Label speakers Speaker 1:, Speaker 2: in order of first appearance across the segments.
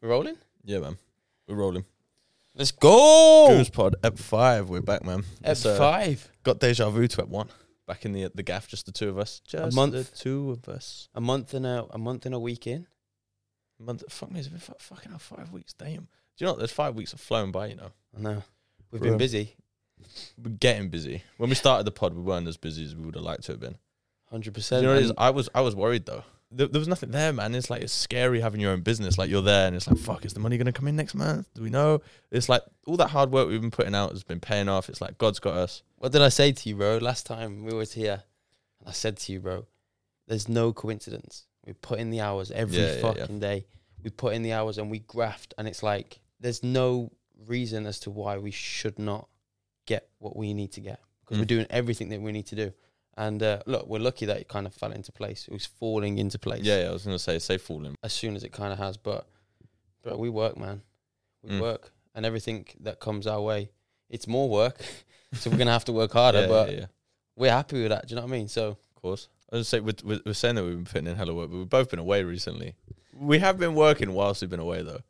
Speaker 1: We're rolling?
Speaker 2: Yeah, man. We're rolling.
Speaker 1: Let's go!
Speaker 2: Goons Pod, Ep 5. We're back, man.
Speaker 1: At
Speaker 2: It's, uh,
Speaker 1: five.
Speaker 2: Got deja vu to Ep 1. Back in the the gaff, just the two of us. Just
Speaker 1: month.
Speaker 2: the two of us.
Speaker 1: A month and a a month and a week in.
Speaker 2: Month, fuck me, it's been fu- fucking hell, five weeks. Damn. Do you know what? There's five weeks have flown by, you know.
Speaker 1: I know. We've
Speaker 2: Bro.
Speaker 1: been busy.
Speaker 2: We're getting busy. When we started the pod, we weren't as busy as we would have liked to have been.
Speaker 1: Hundred
Speaker 2: Do you
Speaker 1: percent.
Speaker 2: know what it is? I was, I was worried, though. There, there was nothing there, man. It's like, it's scary having your own business. Like, you're there and it's like, fuck, is the money going to come in next month? Do we know? It's like, all that hard work we've been putting out has been paying off. It's like, God's got us.
Speaker 1: What did I say to you, bro? Last time we was here, I said to you, bro, there's no coincidence. We put in the hours every
Speaker 2: Yeah, yeah, yeah.
Speaker 1: fucking day. We put in the hours and we graft, and it's like there's no reason as to why we should not get what we need to get because we're
Speaker 2: Mm.
Speaker 1: doing everything that we need to do. And uh, look, we're lucky that it kind of fell into place. It was falling into place
Speaker 2: Yeah, yeah, I was going to say, say falling.
Speaker 1: as soon as it kind of has. But, but we work, man. We
Speaker 2: Mm.
Speaker 1: work, and everything that comes our way, it's more work. so we're gonna have to work harder. but
Speaker 2: yeah, yeah,
Speaker 1: we're happy with that. Do you know what I mean? So
Speaker 2: of course. I was gonna say we're, we're, we're saying that we've been putting in hella work, but we've both been away recently. We have been working whilst we've been away though.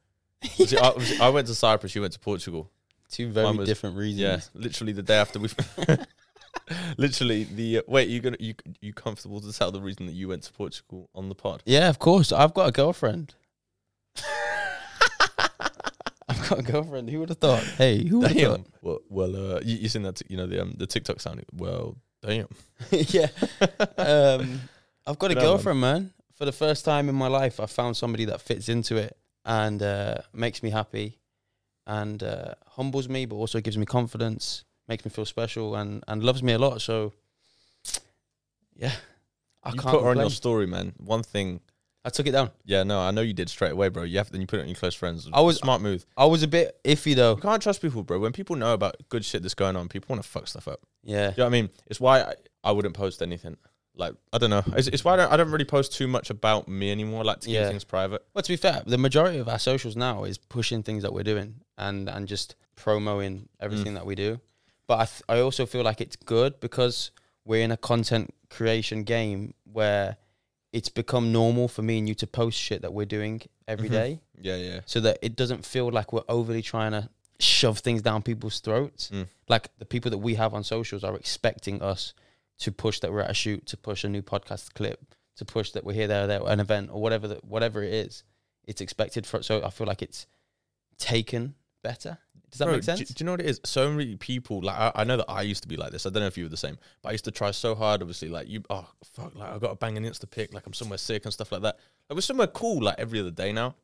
Speaker 2: See, I, obviously, I went to Cyprus, you went to Portugal.
Speaker 1: two very
Speaker 2: Mine was-
Speaker 1: different reasons.
Speaker 2: Yeah, literally the day after we. literally the uh, wait, you gonna you you comfortable to tell the reason that you went to Portugal on the pod?
Speaker 1: Yeah, of course. I've got a girlfriend. I've got a girlfriend. Who would have thought? Hey, who would have
Speaker 2: Damn.
Speaker 1: thought?
Speaker 2: Well, well, uh, you, you seen that t- you know the um, the TikTok sound? Well, damn.
Speaker 1: yeah. Um, I've got a
Speaker 2: Good on, man.
Speaker 1: girlfriend, man. For the first time in my life, I found somebody that fits into it and uh, makes me happy and uh, humbles me, but also gives me confidence, makes me feel special, and, and loves me a lot. So, yeah, I
Speaker 2: you
Speaker 1: can't.
Speaker 2: put her on
Speaker 1: complain.
Speaker 2: your story, man. One thing.
Speaker 1: I took it down.
Speaker 2: Yeah, no, I know you did straight away, bro. You have then you put it on your close friends.
Speaker 1: I was-
Speaker 2: smart move.
Speaker 1: I was a bit iffy though.
Speaker 2: You can't trust people, bro. When people know about good shit that's going on, people want to fuck stuff up. Do you
Speaker 1: Yeah.
Speaker 2: know what I mean? It's why I, I wouldn't post anything. Like I don't know. It's, it's why I don't, I don't really post too much about me anymore. I Like to keep
Speaker 1: Yeah.
Speaker 2: things private.
Speaker 1: Well, to be fair, the majority of our socials now is pushing things that we're doing and and just promoting everything that we do. But I, th- I also feel like it's good because we're in a content creation game where it's become normal for me and you to post shit that we're doing every
Speaker 2: Mhm.
Speaker 1: day,
Speaker 2: Yeah, yeah.
Speaker 1: so that it doesn't feel like we're overly trying to shove things down people's throats.
Speaker 2: Mm.
Speaker 1: Like the people that we have on socials are expecting us to push that we're at a shoot, to push a new podcast clip, to push that we're here, there, there, an event or whatever that whatever it is. It's expected for so I feel like it's taken better. Does that
Speaker 2: Bro,
Speaker 1: make sense?
Speaker 2: Do, do you know what it is? So many people. Like I, I know that I used to be like this. I don't know if you were the same, but I used to try so hard. Obviously, like you. Oh fuck! Like I got a banging insta pic. Like I'm somewhere sick and stuff like that. Like we're somewhere cool. Like every other day now.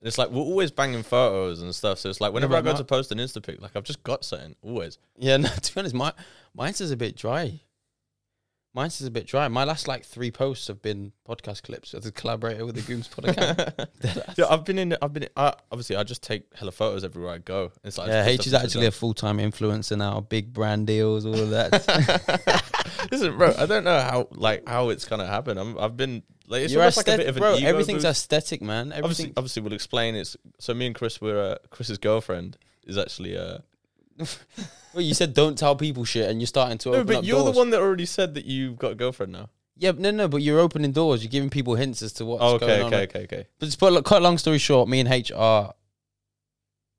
Speaker 2: And It's like we're always banging photos and stuff. So it's like whenever
Speaker 1: but
Speaker 2: I go
Speaker 1: my-
Speaker 2: to post an insta pic, like I've just got something always.
Speaker 1: yeah, no, to be honest, my mine's is a bit dry. Mine's is a bit dry. My last like three posts have been podcast clips as a collaborator with the Gooms pod account.
Speaker 2: Yeah, I've been in. I've been. I, obviously, I just take hella photos everywhere I go. It's like
Speaker 1: Yeah,
Speaker 2: just
Speaker 1: H is
Speaker 2: stuff to
Speaker 1: actually a full time influencer now. Big brand deals, all of that.
Speaker 2: do. Listen, bro. I don't know how like how it's gonna happen. I'm, I've been like it's
Speaker 1: You're
Speaker 2: almost like a
Speaker 1: aesthetic,
Speaker 2: bit of an
Speaker 1: bro.
Speaker 2: ego
Speaker 1: everything's
Speaker 2: boost.
Speaker 1: aesthetic, man.
Speaker 2: obviously.
Speaker 1: Everything.
Speaker 2: Obviously, we'll explain. It's so me and Chris were uh, Chris's girlfriend is actually. Uh,
Speaker 1: Well, you said don't tell people shit, and you're starting to
Speaker 2: no,
Speaker 1: open
Speaker 2: but
Speaker 1: up
Speaker 2: you're
Speaker 1: doors.
Speaker 2: the one that already said that you've got a girlfriend now.
Speaker 1: Yeah, no, no, but you're opening doors. You're giving people hints as to what's
Speaker 2: Oh,
Speaker 1: going
Speaker 2: okay,
Speaker 1: on.
Speaker 2: okay, okay, okay.
Speaker 1: But just put, look, cut a long story short, me and H are.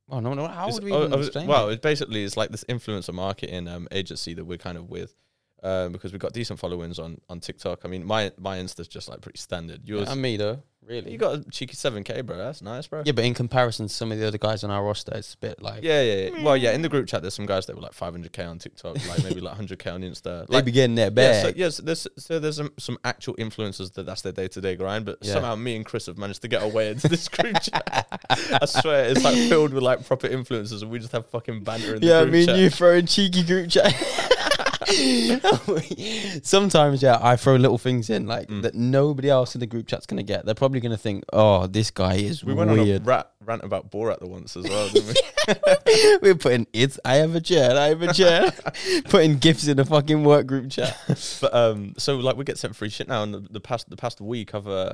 Speaker 1: Oh no, no. How
Speaker 2: It's-
Speaker 1: would we
Speaker 2: oh,
Speaker 1: even
Speaker 2: I was-
Speaker 1: explain?
Speaker 2: Well, it's basically it's like this influencer marketing um, agency that we're kind of with. Um, because we've got decent followings on, on TikTok. I mean, my my Insta's just like pretty standard. Yours,
Speaker 1: that? and me though, really.
Speaker 2: You got a cheeky seven k, bro. That's nice, bro.
Speaker 1: yeah, but in comparison to some of the other guys on our roster, it's a bit like
Speaker 2: Yeah, yeah, yeah. Well, yeah.
Speaker 1: Mm.
Speaker 2: In the group chat, there's some guys that were like 500k on TikTok, like maybe like 100k on Insta.
Speaker 1: they
Speaker 2: Like,
Speaker 1: be getting their
Speaker 2: yeah,
Speaker 1: bag.
Speaker 2: so, yeah, so there's so there's some, some actual influencers that that's their day to day grind, but
Speaker 1: Yeah.
Speaker 2: somehow me and Chris have managed to get away into this group chat. I swear, it's like filled with like proper influencers, and we just have fucking banter in the
Speaker 1: Yeah,
Speaker 2: group
Speaker 1: me and
Speaker 2: chat.
Speaker 1: you throwing cheeky group chat. Sometimes, yeah, I throw little things in like
Speaker 2: Mm.
Speaker 1: that nobody else in the group chat's gonna get. They're probably gonna think, "Oh, this guy is
Speaker 2: we went on a
Speaker 1: weird."
Speaker 2: rat, rant about Borat the once as well, didn't we?
Speaker 1: We're putting it's. I have a chair. I have a chair. putting gifts in a fucking work group chat.
Speaker 2: But um, so like we get sent free shit now, and the, the past the past week I've uh,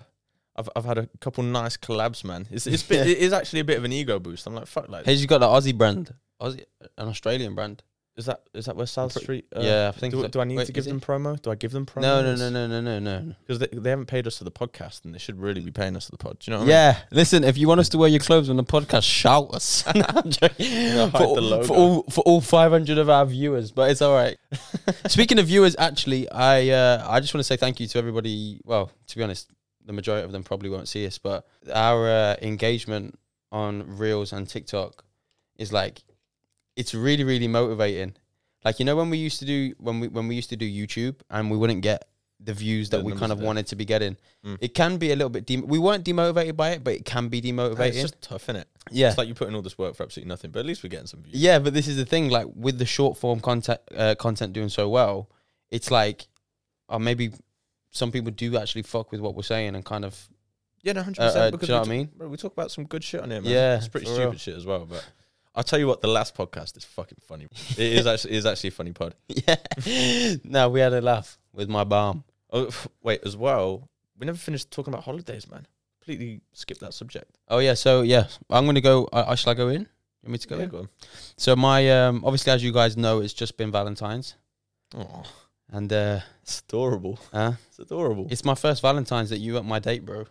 Speaker 2: I've I've had a couple nice collabs, man. It's it's bit, it is actually a bit of an ego boost. I'm like fuck, like
Speaker 1: Hey, you got the Aussie brand, Aussie, an Australian brand.
Speaker 2: Is that is that where South
Speaker 1: pretty-
Speaker 2: Street? Uh,
Speaker 1: yeah, I think.
Speaker 2: Do,
Speaker 1: so.
Speaker 2: do I need
Speaker 1: Wait,
Speaker 2: to give
Speaker 1: is it-
Speaker 2: them promo? Do I give them promo?
Speaker 1: No, no, no, no, no, no, no.
Speaker 2: Because they, they haven't paid us for the podcast, and they should really be paying us for the pod. Do you know what I mean?
Speaker 1: Yeah, listen. If you want us to wear your clothes on the podcast, shout us. No, I'm joking.
Speaker 2: hide
Speaker 1: for,
Speaker 2: the logo.
Speaker 1: for all for all 500 of our viewers, but it's all right. Speaking of viewers, actually, I uh, I just want to say thank you to everybody. Well, to be honest, the majority of them probably won't see us, but our uh, engagement on Reels and TikTok is like it's really really motivating. Like you know when we used to do when we when we used to do YouTube and we wouldn't get the views that
Speaker 2: The
Speaker 1: we
Speaker 2: numbers
Speaker 1: kind of
Speaker 2: that-
Speaker 1: wanted to be getting.
Speaker 2: Mm.
Speaker 1: It can be a little bit. Dem- we weren't demotivated by it, but it can be
Speaker 2: Like, it's
Speaker 1: demotivating.
Speaker 2: just tough, innit?
Speaker 1: yeah,
Speaker 2: It's like you put in all this work for absolutely nothing, but at least we're getting some views.
Speaker 1: yeah. But this is the thing. Like with the short form content, uh, content doing so well, it's like, or maybe some people do actually fuck with what we're saying and kind of.
Speaker 2: Yeah, no, hundred
Speaker 1: Uh, uh,
Speaker 2: percent.
Speaker 1: do
Speaker 2: Because
Speaker 1: you know
Speaker 2: we
Speaker 1: what I mean?
Speaker 2: talk- bro, we talk about some good shit on here, man.
Speaker 1: Yeah,
Speaker 2: it's pretty
Speaker 1: for
Speaker 2: stupid
Speaker 1: real.
Speaker 2: shit as well. But I'll tell you what, the last podcast is fucking funny. it is actually it is actually a funny pod.
Speaker 1: Yeah. no, we had a laugh with my bomb.
Speaker 2: Oh, f- wait, as well, we never finished talking about holidays, man. Completely skipped that subject.
Speaker 1: Oh yeah. So yeah, I'm gonna go. I, I shall I go in. You want me to go
Speaker 2: Yeah,
Speaker 1: in?
Speaker 2: go on.
Speaker 1: So my um, obviously as you guys know, it's just been Valentine's
Speaker 2: Oh,
Speaker 1: and uh,
Speaker 2: it's adorable.
Speaker 1: uh
Speaker 2: It's adorable.
Speaker 1: it's my first Valentine's that you at my date, bro,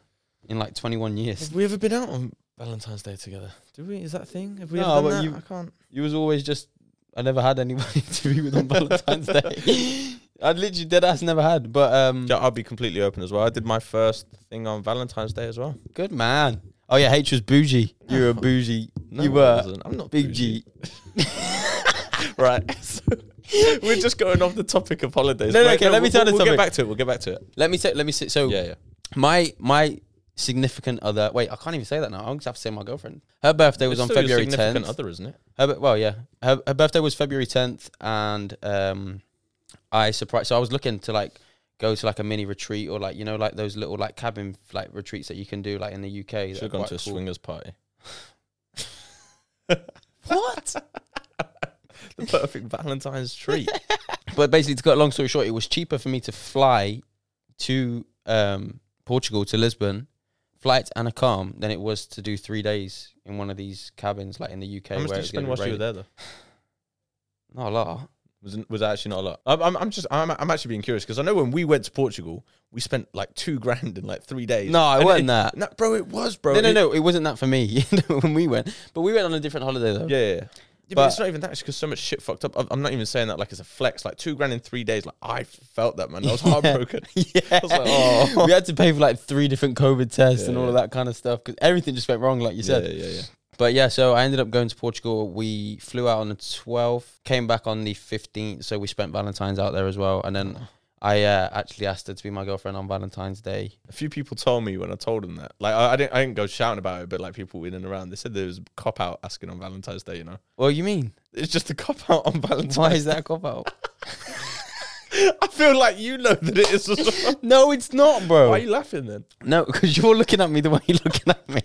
Speaker 1: in like 21 years.
Speaker 2: Have we ever been out on Valentine's Day together? Do we? Is that a thing? Have we
Speaker 1: No,
Speaker 2: ever
Speaker 1: but
Speaker 2: done that?
Speaker 1: you-
Speaker 2: I can't.
Speaker 1: You was always just I never had anybody to be with on Valentine's Day. I literally dead ass never had. But um
Speaker 2: Yeah, I'll be completely open as well. I did my first thing on Valentine's Day as well.
Speaker 1: good man. Oh yeah, H was bougie. You were a
Speaker 2: No.
Speaker 1: bougie.
Speaker 2: No,
Speaker 1: you
Speaker 2: I
Speaker 1: were
Speaker 2: wasn't. I'm not
Speaker 1: big
Speaker 2: bougie.
Speaker 1: G.
Speaker 2: right. So we're just going off the topic of holidays.
Speaker 1: No, no,
Speaker 2: Wait,
Speaker 1: okay, let me
Speaker 2: we'll-
Speaker 1: tell the
Speaker 2: we'll
Speaker 1: topic.
Speaker 2: get back to it. We'll get back to it.
Speaker 1: Let me say let me say so
Speaker 2: Yeah, yeah.
Speaker 1: my my significant other wait, I can't even say that now. I just have to say my girlfriend. Her birthday was on
Speaker 2: Still your
Speaker 1: February
Speaker 2: significant
Speaker 1: 10th.
Speaker 2: Other, isn't it?
Speaker 1: Her, b- well, yeah. Her, her birthday was February 10th, and um, I surprised. So I was looking to like go to like a mini retreat or like you know like those little like cabin like retreats that you can do like in the UK. that
Speaker 2: Should
Speaker 1: are
Speaker 2: have gone
Speaker 1: quite
Speaker 2: to a
Speaker 1: cool.
Speaker 2: swingers party.
Speaker 1: What?
Speaker 2: The perfect Valentine's treat.
Speaker 1: but basically, to cut a long story short, it was cheaper for me to fly to um, Portugal to Lisbon, flight and a calm, than it was to do three days in one of these cabins like in the UK.
Speaker 2: How much
Speaker 1: where
Speaker 2: did
Speaker 1: it
Speaker 2: you
Speaker 1: was
Speaker 2: spend
Speaker 1: gonna
Speaker 2: whilst
Speaker 1: be
Speaker 2: you were
Speaker 1: raining.
Speaker 2: there, though?
Speaker 1: Not a lot.
Speaker 2: Was was actually not a lot. I'm I'm, I'm just I'm, I'm actually being curious because I know when we went to Portugal, we spent like two grand in like three days.
Speaker 1: No, it
Speaker 2: And
Speaker 1: wasn't that.
Speaker 2: No, bro, it was, bro.
Speaker 1: No, no,
Speaker 2: It-
Speaker 1: no. It wasn't that for me when we went, but we went on a different holiday though.
Speaker 2: Yeah, yeah, yeah. Yeah, but,
Speaker 1: But-
Speaker 2: it's not even that. It's because so much shit fucked up. I'm- I'm not even saying that like as a flex. Like two grand in three days. Like I felt that man. I was heartbroken.
Speaker 1: Yeah.
Speaker 2: I was like, oh.
Speaker 1: we had to pay for like three different COVID tests
Speaker 2: Yeah,
Speaker 1: and all of
Speaker 2: yeah.
Speaker 1: that kind of stuff because everything just went wrong, like you said.
Speaker 2: yeah, yeah.
Speaker 1: But yeah, so I ended up going to Portugal. We flew out on the 12th, came back on the 15th. So we spent Valentine's out there as well. And then I uh, actually asked her to be my girlfriend on Valentine's Day.
Speaker 2: A few people told me when I told them that. Like I, I didn't, I didn't go shouting about it, but like people in and around, they said there was a cop out asking on Valentine's Day. You know,
Speaker 1: Well, you mean?
Speaker 2: it's just a cop out on Valentine's.
Speaker 1: Why is that a cop out?
Speaker 2: I feel like you know that it is. As well.
Speaker 1: no, it's not,
Speaker 2: Why are
Speaker 1: bro.
Speaker 2: you laughing then?
Speaker 1: No, because you're looking at me the way you're looking at me.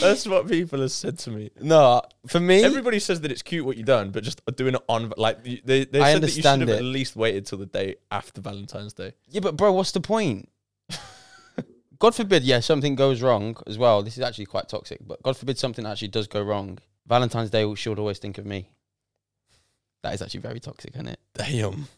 Speaker 2: That's what people have said to me.
Speaker 1: No, for me,
Speaker 2: Everybody says that it's cute what you've done, but just doing it on like you- they. they
Speaker 1: I
Speaker 2: said
Speaker 1: understand
Speaker 2: that you should have
Speaker 1: it.
Speaker 2: at least waited till the day after Valentine's Day.
Speaker 1: Yeah, but bro, what's the point? God forbid, yeah, something goes wrong as well. This is actually quite toxic, but God forbid something actually does go wrong. Valentine's Day, she would always think of me. That is actually very toxic, isn't it?
Speaker 2: Damn,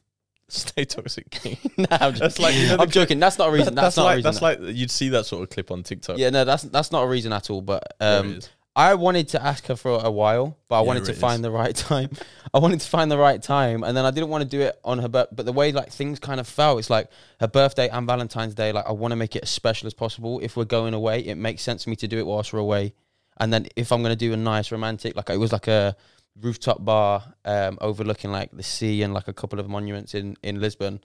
Speaker 2: stay toxic. King.
Speaker 1: nah, I'm,
Speaker 2: That's
Speaker 1: just,
Speaker 2: like you know, the
Speaker 1: I'm joking. That's not a reason. That's, not
Speaker 2: like
Speaker 1: a reason.
Speaker 2: that's like you'd see that sort of clip on TikTok.
Speaker 1: yeah, no, that's that's not a reason at all. But
Speaker 2: There it
Speaker 1: um,
Speaker 2: is.
Speaker 1: I wanted to ask her for a while, but I
Speaker 2: Yeah,
Speaker 1: wanted to
Speaker 2: it is.
Speaker 1: find the right time. I wanted to find the right time, and then I didn't want to do it on her birthday. But the way like things kind of fell, it's like her birthday and Valentine's Day. Like I want to make it as special as possible. If we're going away, it makes sense for me to do it whilst we're away. And then if I'm gonna do a nice romantic, like it was like a rooftop bar um, overlooking like the sea and like a couple of monuments in in Lisbon,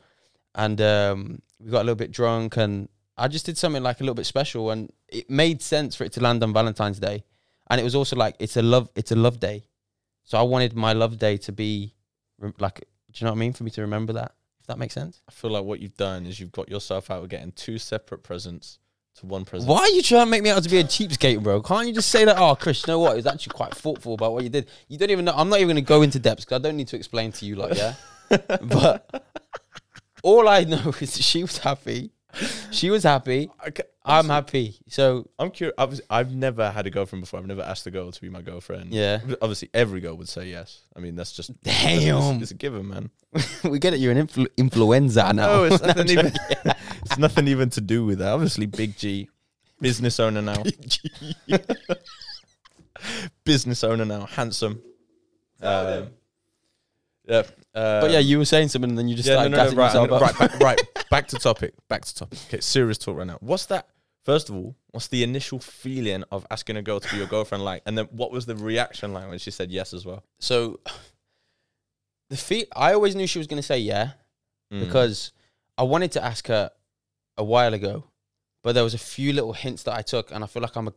Speaker 1: and um, we got a little bit drunk and. I just did something like a little bit special, and it made sense for it to land on Valentine's Day and it was also like it's a love it's a love day so i wanted my love day to be rem- like do you know what i mean for me to remember that if that makes sense
Speaker 2: I feel like what you've done is you've got yourself out of getting two separate presents to one present.
Speaker 1: why are you trying to make me out to be a cheapskate bro can't you just say that oh chris you know what it was actually quite thoughtful about what you did you don't even know i'm not even going to go into depths because i don't need to explain to you like yeah but all i know is she was happy she was happy
Speaker 2: I, ca-
Speaker 1: I'm happy. So
Speaker 2: I'm curious. Obviously, I've never had a girlfriend before. I've never asked a girl to be my girlfriend.
Speaker 1: yeah,
Speaker 2: Ob- Obviously, every girl would say yes. I mean, that's just that's-
Speaker 1: Damn.
Speaker 2: It's, it's a given, man.
Speaker 1: we get it. You're an influ- influenza now.
Speaker 2: Oh, No, it's nothing even. it's nothing even to do with that. Obviously, Big G, business owner now. business owner now, handsome. Um, yeah. Uh,
Speaker 1: but yeah, you were saying something, and then you just started gassing
Speaker 2: right,
Speaker 1: yourself
Speaker 2: no,
Speaker 1: up.
Speaker 2: right, back, right. Back to topic. Back to topic. Okay, serious talk right now. What's that? First of all, what's the initial feeling of asking a girl to be your girlfriend like? And then what was the reaction like when she said yes as well?
Speaker 1: So the feet. I always knew she was going to say yeah
Speaker 2: Mm.
Speaker 1: because I wanted to ask her a while ago, but there was a few little hints that I took, and I feel like I'm a.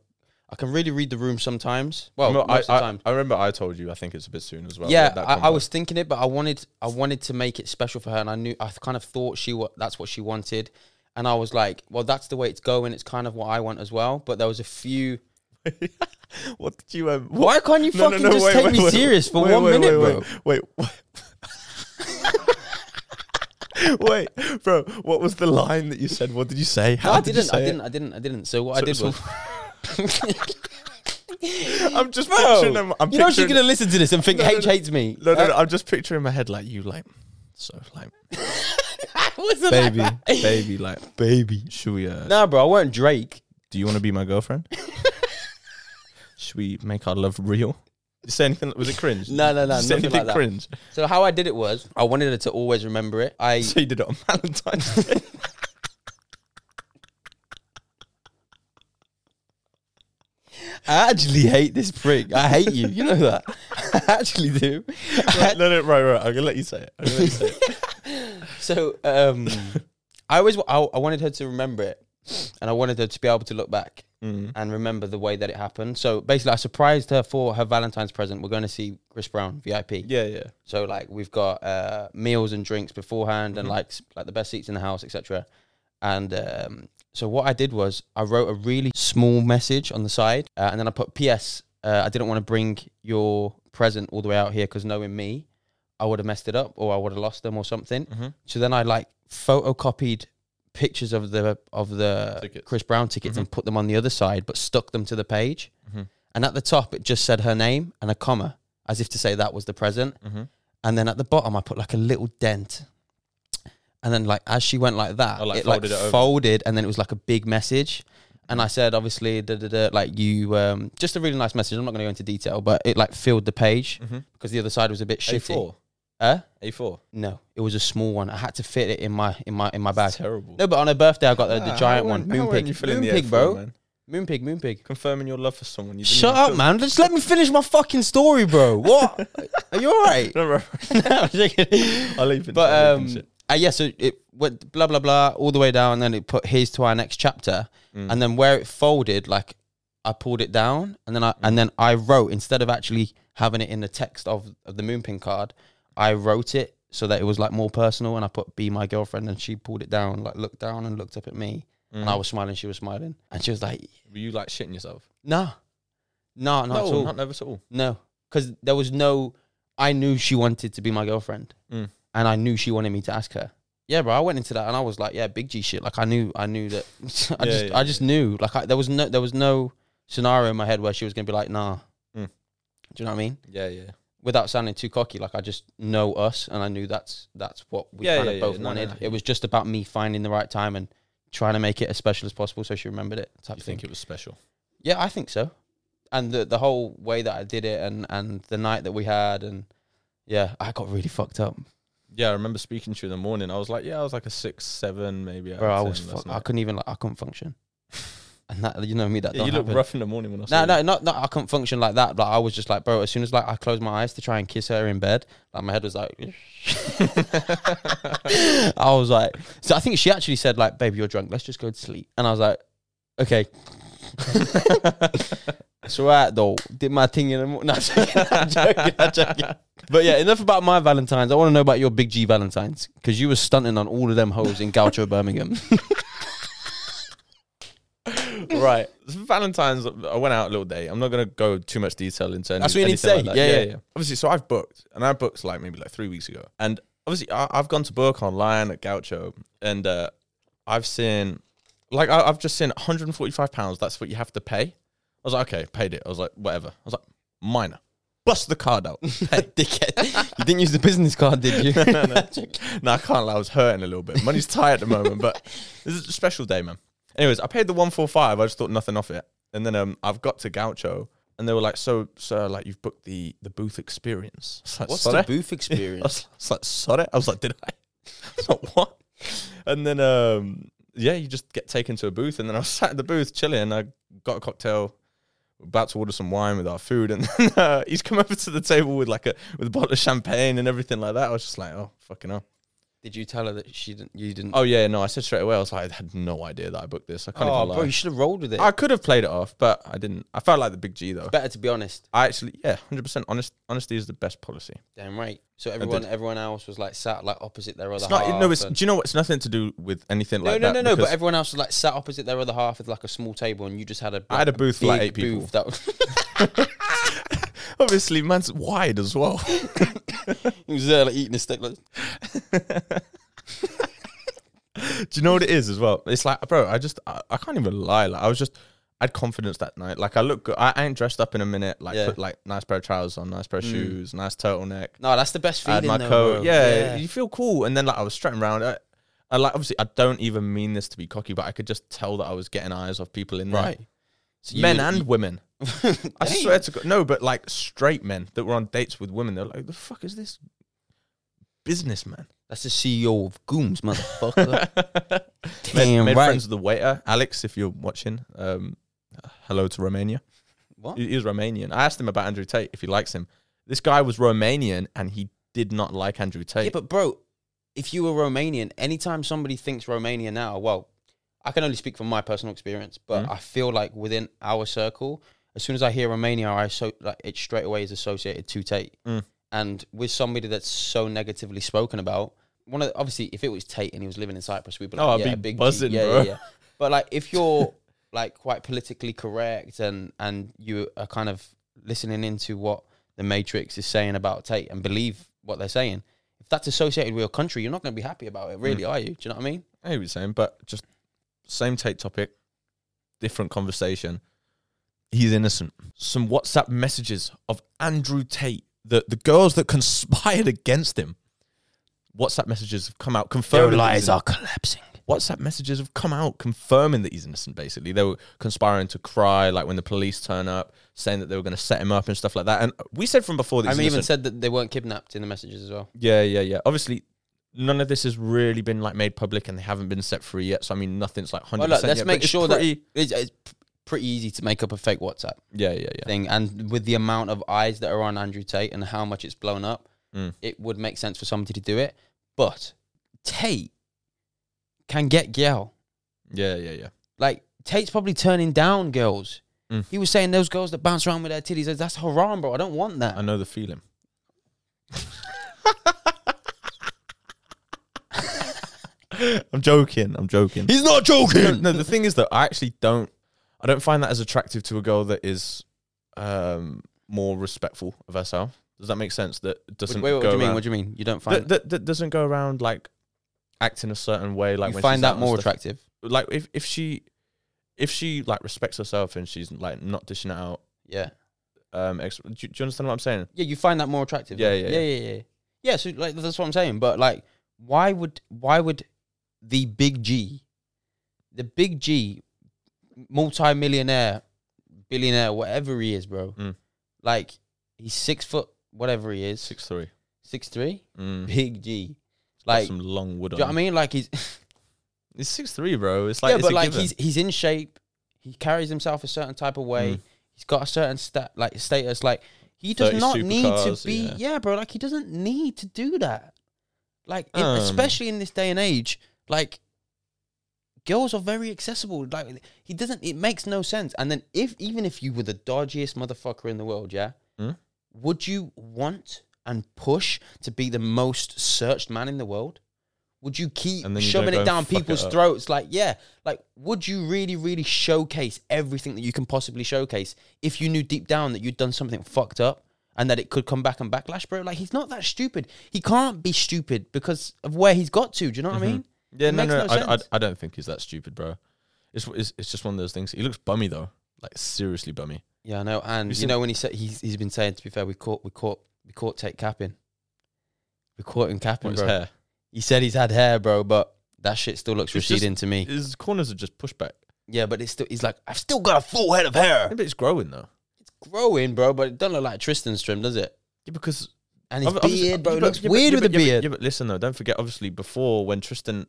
Speaker 1: I can really read the room sometimes. Well,
Speaker 2: Remember,
Speaker 1: most of
Speaker 2: I,
Speaker 1: the
Speaker 2: I-
Speaker 1: time.
Speaker 2: I remember I told you I think it's a bit soon as well.
Speaker 1: yeah,
Speaker 2: that
Speaker 1: I, I
Speaker 2: combo.
Speaker 1: was thinking it, but I wanted I wanted to make it special for her, and I knew I kind of thought she what that's what she wanted, and I was like, well, that's the way it's going. It's kind of what I want as well. But there was a few.
Speaker 2: what did you? Um,
Speaker 1: Why can't you fucking just take me serious for
Speaker 2: wait,
Speaker 1: one
Speaker 2: wait,
Speaker 1: minute,
Speaker 2: wait,
Speaker 1: bro?
Speaker 2: Wait, wait. wait, bro. What was the line that you said? What did you say?
Speaker 1: No,
Speaker 2: How
Speaker 1: I
Speaker 2: did
Speaker 1: didn't.
Speaker 2: You
Speaker 1: I
Speaker 2: say it?
Speaker 1: didn't. I didn't. I didn't. So what I did
Speaker 2: so-
Speaker 1: was.
Speaker 2: I'm just
Speaker 1: Bro,
Speaker 2: picturing him. I'm
Speaker 1: you know she's
Speaker 2: picturing-
Speaker 1: gonna listen to this and think
Speaker 2: No, no,
Speaker 1: H
Speaker 2: no.
Speaker 1: hates me.
Speaker 2: No, no,
Speaker 1: Uh,
Speaker 2: no. I'm just picturing in my head like you, like so, like
Speaker 1: I wasn't like
Speaker 2: baby,
Speaker 1: that.
Speaker 2: baby, like baby. Should we? Uh,
Speaker 1: Nah, bro, I weren't Drake.
Speaker 2: Do you want to be my girlfriend? Should we make our love real? Did you say anything? Was it cringe?
Speaker 1: No, no, no,
Speaker 2: Did you say
Speaker 1: nothing like
Speaker 2: anything
Speaker 1: that.
Speaker 2: cringe?
Speaker 1: So how I did it was I wanted her to always remember it. I
Speaker 2: So you did it on Valentine's Day.
Speaker 1: I actually hate this prick. I hate you. You know that. I actually do.
Speaker 2: Right, no, no, right, right. I'm gonna let you say it. I'm gonna let you say it.
Speaker 1: So um, I always wa- I, I wanted her to remember it, and I wanted her to be able to look back and remember the way that it happened. So basically, I surprised her for her Valentine's present. We're going to see Chris Brown VIP.
Speaker 2: Yeah, yeah.
Speaker 1: So like we've got uh, meals and drinks beforehand, and like s- like the best seats in the house, etc. And um, so what I did was I wrote a really small message on the side, uh, and then I put P.S. Uh, I didn't want to bring your present all the way out here because knowing me, I would have messed it up or I would have lost them or something.
Speaker 2: Mhm.
Speaker 1: So then I like photocopied pictures of the of the
Speaker 2: Tickets.
Speaker 1: Chris Brown tickets and put them on the other side, but stuck them to the page.
Speaker 2: Mhm.
Speaker 1: And at the top, it just said her name and a comma, as if to say that was the present.
Speaker 2: Mhm.
Speaker 1: And then at the bottom, I put like a little dent. And then, like as she went like that,
Speaker 2: Oh, like,
Speaker 1: it like
Speaker 2: folded it over.
Speaker 1: folded, and then it was like a big message. And I said, obviously, da, da, da, like you, um, just a really nice message. I'm not going to go into detail, but it like filled the page
Speaker 2: Mhm.
Speaker 1: because the other side was a bit shitty.
Speaker 2: A4.
Speaker 1: Huh?
Speaker 2: A4.
Speaker 1: No, it was a small one. I had to fit it in my in my in my bag.
Speaker 2: That's terrible.
Speaker 1: No, but on her birthday, I got the, the
Speaker 2: Ah,
Speaker 1: giant
Speaker 2: how
Speaker 1: one,
Speaker 2: weren't- how
Speaker 1: moonpig.
Speaker 2: weren't you filling the
Speaker 1: Moonpig,
Speaker 2: A4,
Speaker 1: bro.
Speaker 2: man?
Speaker 1: Moonpig, moonpig.
Speaker 2: Confirming your love for someone. You didn't
Speaker 1: Shut
Speaker 2: even
Speaker 1: up,
Speaker 2: feel-
Speaker 1: man. Just let me finish my fucking story, bro. What? Are you all right?
Speaker 2: No, right,
Speaker 1: No, I'm joking.
Speaker 2: right. I'll even.
Speaker 1: But
Speaker 2: I'll even
Speaker 1: um,
Speaker 2: shit.
Speaker 1: uh, yeah, so it went blah blah blah all the way down, and then it put here's to our next chapter,
Speaker 2: Mm.
Speaker 1: and then where it folded, like I pulled it down, and then I and then I wrote instead of actually having it in the text of, of the moonpin card, I wrote it so that it was like more personal, and I put be my girlfriend, and she pulled it down, like looked down and looked up at me, and I
Speaker 2: Mm.
Speaker 1: was smiling, she was smiling, and she was like,
Speaker 2: were you like shitting yourself?
Speaker 1: nah, nah, not
Speaker 2: no,
Speaker 1: at all,
Speaker 2: not nervous at all.
Speaker 1: no, because there was no. I knew she wanted to be my girlfriend,
Speaker 2: Mm.
Speaker 1: and I knew she wanted me to ask her. Yeah, bro. I went into that, and I was like, yeah, big G shit. Like I knew, I knew that. I
Speaker 2: Yeah,
Speaker 1: just,
Speaker 2: yeah,
Speaker 1: I just knew. Like I, there was no, there was no scenario in my head where she was gonna be like, nah.
Speaker 2: Mm.
Speaker 1: Do you know what I mean?
Speaker 2: Yeah, yeah.
Speaker 1: Without sounding too cocky, like I just know us, and I knew that's that's what we
Speaker 2: Yeah,
Speaker 1: kind
Speaker 2: yeah,
Speaker 1: of
Speaker 2: yeah.
Speaker 1: both
Speaker 2: No, no,
Speaker 1: wanted.
Speaker 2: no.
Speaker 1: It was just about me finding the right time and trying to make it as special as possible, so she remembered it. Type
Speaker 2: You
Speaker 1: thing.
Speaker 2: think it was special?
Speaker 1: Yeah, I think so. And the the whole way that I did it, and and the night that we had, and yeah, I got really fucked up,
Speaker 2: Yeah, I remember speaking to you in the morning. I was like, yeah, I was like a six, seven, maybe. out
Speaker 1: bro.
Speaker 2: of
Speaker 1: I
Speaker 2: 10
Speaker 1: was,
Speaker 2: last
Speaker 1: fuck, I
Speaker 2: night.
Speaker 1: couldn't even, like, I couldn't function. And that, you know me, that
Speaker 2: Yeah, you
Speaker 1: don't
Speaker 2: look
Speaker 1: happen.
Speaker 2: rough in the morning when I saw
Speaker 1: No,
Speaker 2: you.
Speaker 1: no, not, not I couldn't function like that. But I was just like, bro. As soon as like I closed my eyes to try and kiss her in bed, like my head was like, I was like, so I think she actually said like, babe, you're drunk. Let's just go to sleep. And I was like, okay. it's alright though. Did my thing in the morning. No, I'm joking. I'm joking. I'm joking. But yeah, enough about my Valentines. I want to know about your Big G Valentines because you were stunting on all of them hoes in Gaucho, Birmingham.
Speaker 2: right. Valentine's, I went out a little day. I'm not going to go too much detail into any-
Speaker 1: That's what you need to
Speaker 2: anything
Speaker 1: say.
Speaker 2: like
Speaker 1: Yeah,
Speaker 2: that.
Speaker 1: yeah.
Speaker 2: Obviously, so I've booked, and I booked like maybe like three weeks ago. And obviously, I, I've gone to book online at Gaucho, and uh, I've seen Like I, I've just seen 145 pounds. That's what you have to pay. I was like, okay, paid it. I was like, whatever. I was like, minor. Bust the card out.
Speaker 1: Dickhead. you didn't use the business card, did you?
Speaker 2: no, I can't lie. I was hurting a little bit. Money's tight at the moment, but this is a special day, man. Anyways, I paid the one four five. I just thought nothing of it, and then um, I've got to Gaucho, and they were like, "So, sir, like you've booked the the booth experience." I was like,
Speaker 1: What's
Speaker 2: "Sorry?"
Speaker 1: the booth
Speaker 2: I
Speaker 1: experience?
Speaker 2: was, I was like, "Sorry," I was like, "Did I?" I was like, "What?" And then, um, yeah, you just get taken to a booth, and then I was sat in the booth chilling. and I got a cocktail, about to order some wine with our food, and then, uh, he's come over to the table with like a with a bottle of champagne and everything like that. I was just like, "Oh, fucking hell!"
Speaker 1: Did you tell her that she didn't? You didn't.
Speaker 2: Oh yeah, no, I said straight away. I was like, I had no idea that I booked this. I can't
Speaker 1: Oh,
Speaker 2: even
Speaker 1: bro,
Speaker 2: lie.
Speaker 1: you should have rolled with it.
Speaker 2: I could have played it off, but I didn't. I felt like the big G though.
Speaker 1: Better to be honest.
Speaker 2: I actually, yeah, hundred percent. Honest, honesty is the best policy.
Speaker 1: Damn right. So everyone, everyone else was like sat like opposite their other
Speaker 2: It's not.
Speaker 1: half.
Speaker 2: No, it's.
Speaker 1: and-
Speaker 2: Do you know what? It's nothing to do with anything
Speaker 1: no,
Speaker 2: like that.
Speaker 1: no, no, no. But
Speaker 2: because
Speaker 1: everyone else was like sat opposite their other half with like a small table, and you just had a.
Speaker 2: I had a booth for, like,
Speaker 1: big
Speaker 2: eight people.
Speaker 1: booth That was,
Speaker 2: obviously, man's wide as well.
Speaker 1: he was there like eating a steak. Like,
Speaker 2: do you know what it is as well? It's like, bro, I just, I, I can't even lie. Like, I was just, I had confidence that night. Like, I look good. I, I ain't dressed up in a minute. Like,
Speaker 1: Yeah.
Speaker 2: put like nice pair of trousers on, nice pair of shoes, nice turtleneck.
Speaker 1: no, that's the best
Speaker 2: I
Speaker 1: feeling.
Speaker 2: had my
Speaker 1: though,
Speaker 2: coat.
Speaker 1: bro.
Speaker 2: Yeah, you feel cool. And then like I was strutting around. I, I like obviously I don't even mean this to be cocky, but I could just tell that I was getting eyes off people in there.
Speaker 1: Right. So you
Speaker 2: Men
Speaker 1: would-
Speaker 2: and women. I
Speaker 1: Damn.
Speaker 2: swear to God, no, but like straight men that were on dates with women, they're like, "The fuck is this businessman?"
Speaker 1: That's the CEO of Gooms, motherfucker.
Speaker 2: Made,
Speaker 1: Damn
Speaker 2: made
Speaker 1: right.
Speaker 2: friends with the waiter, Alex. If you're watching, um, hello to Romania.
Speaker 1: What?
Speaker 2: He, he was Romanian. I asked him about Andrew Tate if he likes him. This guy was Romanian and he did not like Andrew Tate.
Speaker 1: Yeah, but bro, if you were Romanian, anytime somebody thinks Romania now, well, I can only speak from my personal experience, but I feel like within our circle, as soon as I hear Romania, I so like it straight away is associated to Tate.
Speaker 2: Mm.
Speaker 1: And with somebody that's so negatively spoken about, one of the, obviously if it was Tate and he was living in Cyprus, we'd be like,
Speaker 2: Oh, I'd
Speaker 1: yeah,
Speaker 2: be
Speaker 1: a big G.
Speaker 2: buzzing,
Speaker 1: yeah,
Speaker 2: bro.
Speaker 1: yeah, yeah. But like if you're like quite politically correct and and you are kind of listening into what the Matrix is saying about Tate and believe what they're saying, if that's associated with your country, you're not going to be happy about it,
Speaker 2: Mm.
Speaker 1: really, are you? Do you know what I mean?
Speaker 2: I hear what you're saying, but just same Tate topic, different conversation. He's innocent. Some WhatsApp messages of Andrew Tate, the, the girls that conspired against him. WhatsApp messages have come out confirming. that he's innocent.
Speaker 1: collapsing.
Speaker 2: WhatsApp messages have come out confirming that he's innocent, basically. They were conspiring to cry, like when the police turn up, saying that they were going to set him up and stuff like that. And we said from before that
Speaker 1: I
Speaker 2: he's
Speaker 1: mean, even
Speaker 2: innocent.
Speaker 1: said that they weren't kidnapped in the messages as well.
Speaker 2: Yeah, yeah, yeah. Obviously, none of this has really been like made public, and they haven't been set free yet. So I mean, nothing's like hundred.
Speaker 1: Well, look, let's
Speaker 2: yet, but
Speaker 1: make
Speaker 2: it's
Speaker 1: sure
Speaker 2: pretty-
Speaker 1: that it's, it's p- pretty easy to make up a fake WhatsApp
Speaker 2: Yeah, yeah, yeah.
Speaker 1: thing, and with the amount of eyes that are on Andrew Tate and how much it's blown up,
Speaker 2: Mm.
Speaker 1: it would make sense for somebody to do it. But Tate can get girl.
Speaker 2: Yeah, yeah, yeah.
Speaker 1: Like Tate's probably turning down girls.
Speaker 2: Mm.
Speaker 1: He was saying those girls that bounce around with their titties, that's haram, bro. I don't want that.
Speaker 2: I know the feeling. I'm joking. I'm joking.
Speaker 1: He's not
Speaker 2: No,
Speaker 1: joking.
Speaker 2: no, the thing is though, I actually don't. I don't find that as attractive to a girl that is um, more respectful of herself. Does that make sense? That doesn't
Speaker 1: Wait, wait, what
Speaker 2: go
Speaker 1: do you mean?
Speaker 2: around-
Speaker 1: What do you mean? You don't find
Speaker 2: that, that, that doesn't go around like acting a certain way. Like
Speaker 1: you
Speaker 2: when she's
Speaker 1: find
Speaker 2: out
Speaker 1: that
Speaker 2: and
Speaker 1: more
Speaker 2: stuff.
Speaker 1: attractive?
Speaker 2: like if if she if she like respects herself and she's like not dishing it out
Speaker 1: Yeah.
Speaker 2: um ex- do, do you understand what i'm saying
Speaker 1: Yeah, you find that more attractive.
Speaker 2: Yeah,
Speaker 1: yeah,
Speaker 2: yeah,
Speaker 1: yeah, yeah. yeah. Yeah, so like that's what I'm saying. But like, why would why would the big G, the big G, multi-millionaire, billionaire, whatever he is, bro?
Speaker 2: Mm.
Speaker 1: Like he's six foot, whatever he is,
Speaker 2: six three
Speaker 1: six three,
Speaker 2: mm.
Speaker 1: big G.
Speaker 2: Got
Speaker 1: Like, do
Speaker 2: some long wood
Speaker 1: you
Speaker 2: on
Speaker 1: know what I
Speaker 2: him.
Speaker 1: mean? Like he's
Speaker 2: it's six three bro it's like
Speaker 1: yeah,
Speaker 2: it's
Speaker 1: but
Speaker 2: a
Speaker 1: like
Speaker 2: given.
Speaker 1: he's he's in shape. He carries himself a certain type of way.
Speaker 2: Mm.
Speaker 1: He's got a certain stat like status. Like he does
Speaker 2: 30
Speaker 1: not need
Speaker 2: supercars,
Speaker 1: to be.
Speaker 2: yeah.
Speaker 1: Yeah. bro. Like he doesn't need to do that. Like in-
Speaker 2: Um.
Speaker 1: especially in this day and age, like girls are very accessible. Like he doesn't. It makes no sense. And then if even if you were the dodgiest motherfucker in the world, yeah,
Speaker 2: Mm.
Speaker 1: would you want and push to be the most searched man in the world? Would you keep
Speaker 2: And then you
Speaker 1: shoving
Speaker 2: don't go
Speaker 1: it
Speaker 2: and
Speaker 1: down
Speaker 2: fuck it
Speaker 1: people's
Speaker 2: up.
Speaker 1: throats? Like, yeah, like, would you really, really showcase everything that you can possibly showcase if you knew deep down that you'd done something fucked up and that it could come back and backlash, bro? Like, he's not that stupid. He can't be stupid because of where he's got to. Do you know what I mean?
Speaker 2: yeah
Speaker 1: it
Speaker 2: no
Speaker 1: makes
Speaker 2: no,
Speaker 1: no
Speaker 2: I, I,
Speaker 1: sense.
Speaker 2: I don't think he's that stupid bro It's, it's it's just one of those things. He looks bummy though, like seriously bummy.
Speaker 1: Yeah, I know. And
Speaker 2: You
Speaker 1: you,
Speaker 2: seen-
Speaker 1: know when he said he's he's been saying to be fair, we caught we caught we caught Tate capping. We caught him capping,
Speaker 2: What his
Speaker 1: bro.
Speaker 2: hair?
Speaker 1: He said he's had hair, bro, but that shit still looks
Speaker 2: It's just-
Speaker 1: receding to me.
Speaker 2: His corners are just pushed back.
Speaker 1: Yeah, but it's still he's like, I've still got a full head of hair.
Speaker 2: Maybe it's growing though.
Speaker 1: It's growing, bro, but it don't look like Tristan's trim, does it?
Speaker 2: Yeah, because
Speaker 1: And his
Speaker 2: Ob- obviously-
Speaker 1: beard, bro,
Speaker 2: yeah, but-
Speaker 1: looks
Speaker 2: yeah, but-
Speaker 1: weird
Speaker 2: yeah, but-
Speaker 1: with
Speaker 2: yeah,
Speaker 1: the
Speaker 2: but-
Speaker 1: beard.
Speaker 2: Yeah, but listen though, don't forget. Obviously, before when Tristan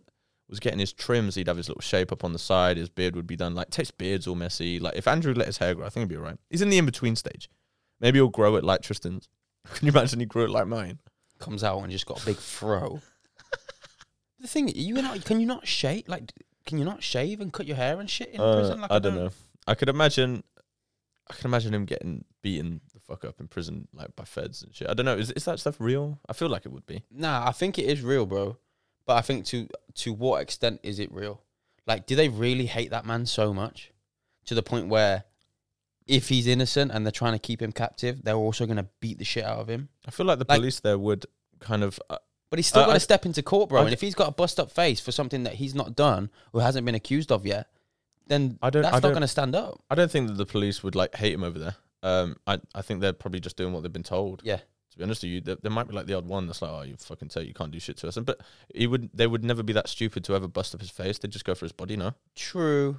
Speaker 2: was getting his trims, he'd have his little shape up on the side. His beard would be done. Like Tate's beard's all messy. Like if Andrew let his hair grow, I think it'd be alright. He's in the in between stage. Maybe he'll grow it like Tristan's. Can you imagine he grew it like mine?
Speaker 1: Comes out and just got a big fro. the thing, you not can you not shave like can you not shave and cut your hair and shit in
Speaker 2: Uh,
Speaker 1: prison? Like
Speaker 2: I don't know. I could imagine. I can imagine him getting beaten the fuck up in prison, like by feds and shit. I don't know. Is is that stuff real? I feel like it would be.
Speaker 1: Nah, I think it is real, bro. But I think to to what extent is it real? Like, do they really hate that man so much to the point where if he's innocent and they're trying to keep him captive, they're also gonna beat the shit out of him?
Speaker 2: I feel like the
Speaker 1: Like-
Speaker 2: police there would kind of. Uh,
Speaker 1: But he's still
Speaker 2: Uh,
Speaker 1: gonna
Speaker 2: I-
Speaker 1: step into court, bro.
Speaker 2: I-
Speaker 1: and if he's got a bust up face for something that he's not done or hasn't been accused of yet, then
Speaker 2: I don't.
Speaker 1: that's
Speaker 2: I
Speaker 1: not
Speaker 2: don't,
Speaker 1: gonna stand up.
Speaker 2: I don't think that the police would like hate him over there. Um, I, I think they're probably just doing what they've been told.
Speaker 1: Yeah.
Speaker 2: To be honest with you, there, there might be like the odd one that's like, oh, you fucking tell you can't do shit to us, and but he would they would never be that stupid to ever bust up his face. They'd just go for his body, no.
Speaker 1: True.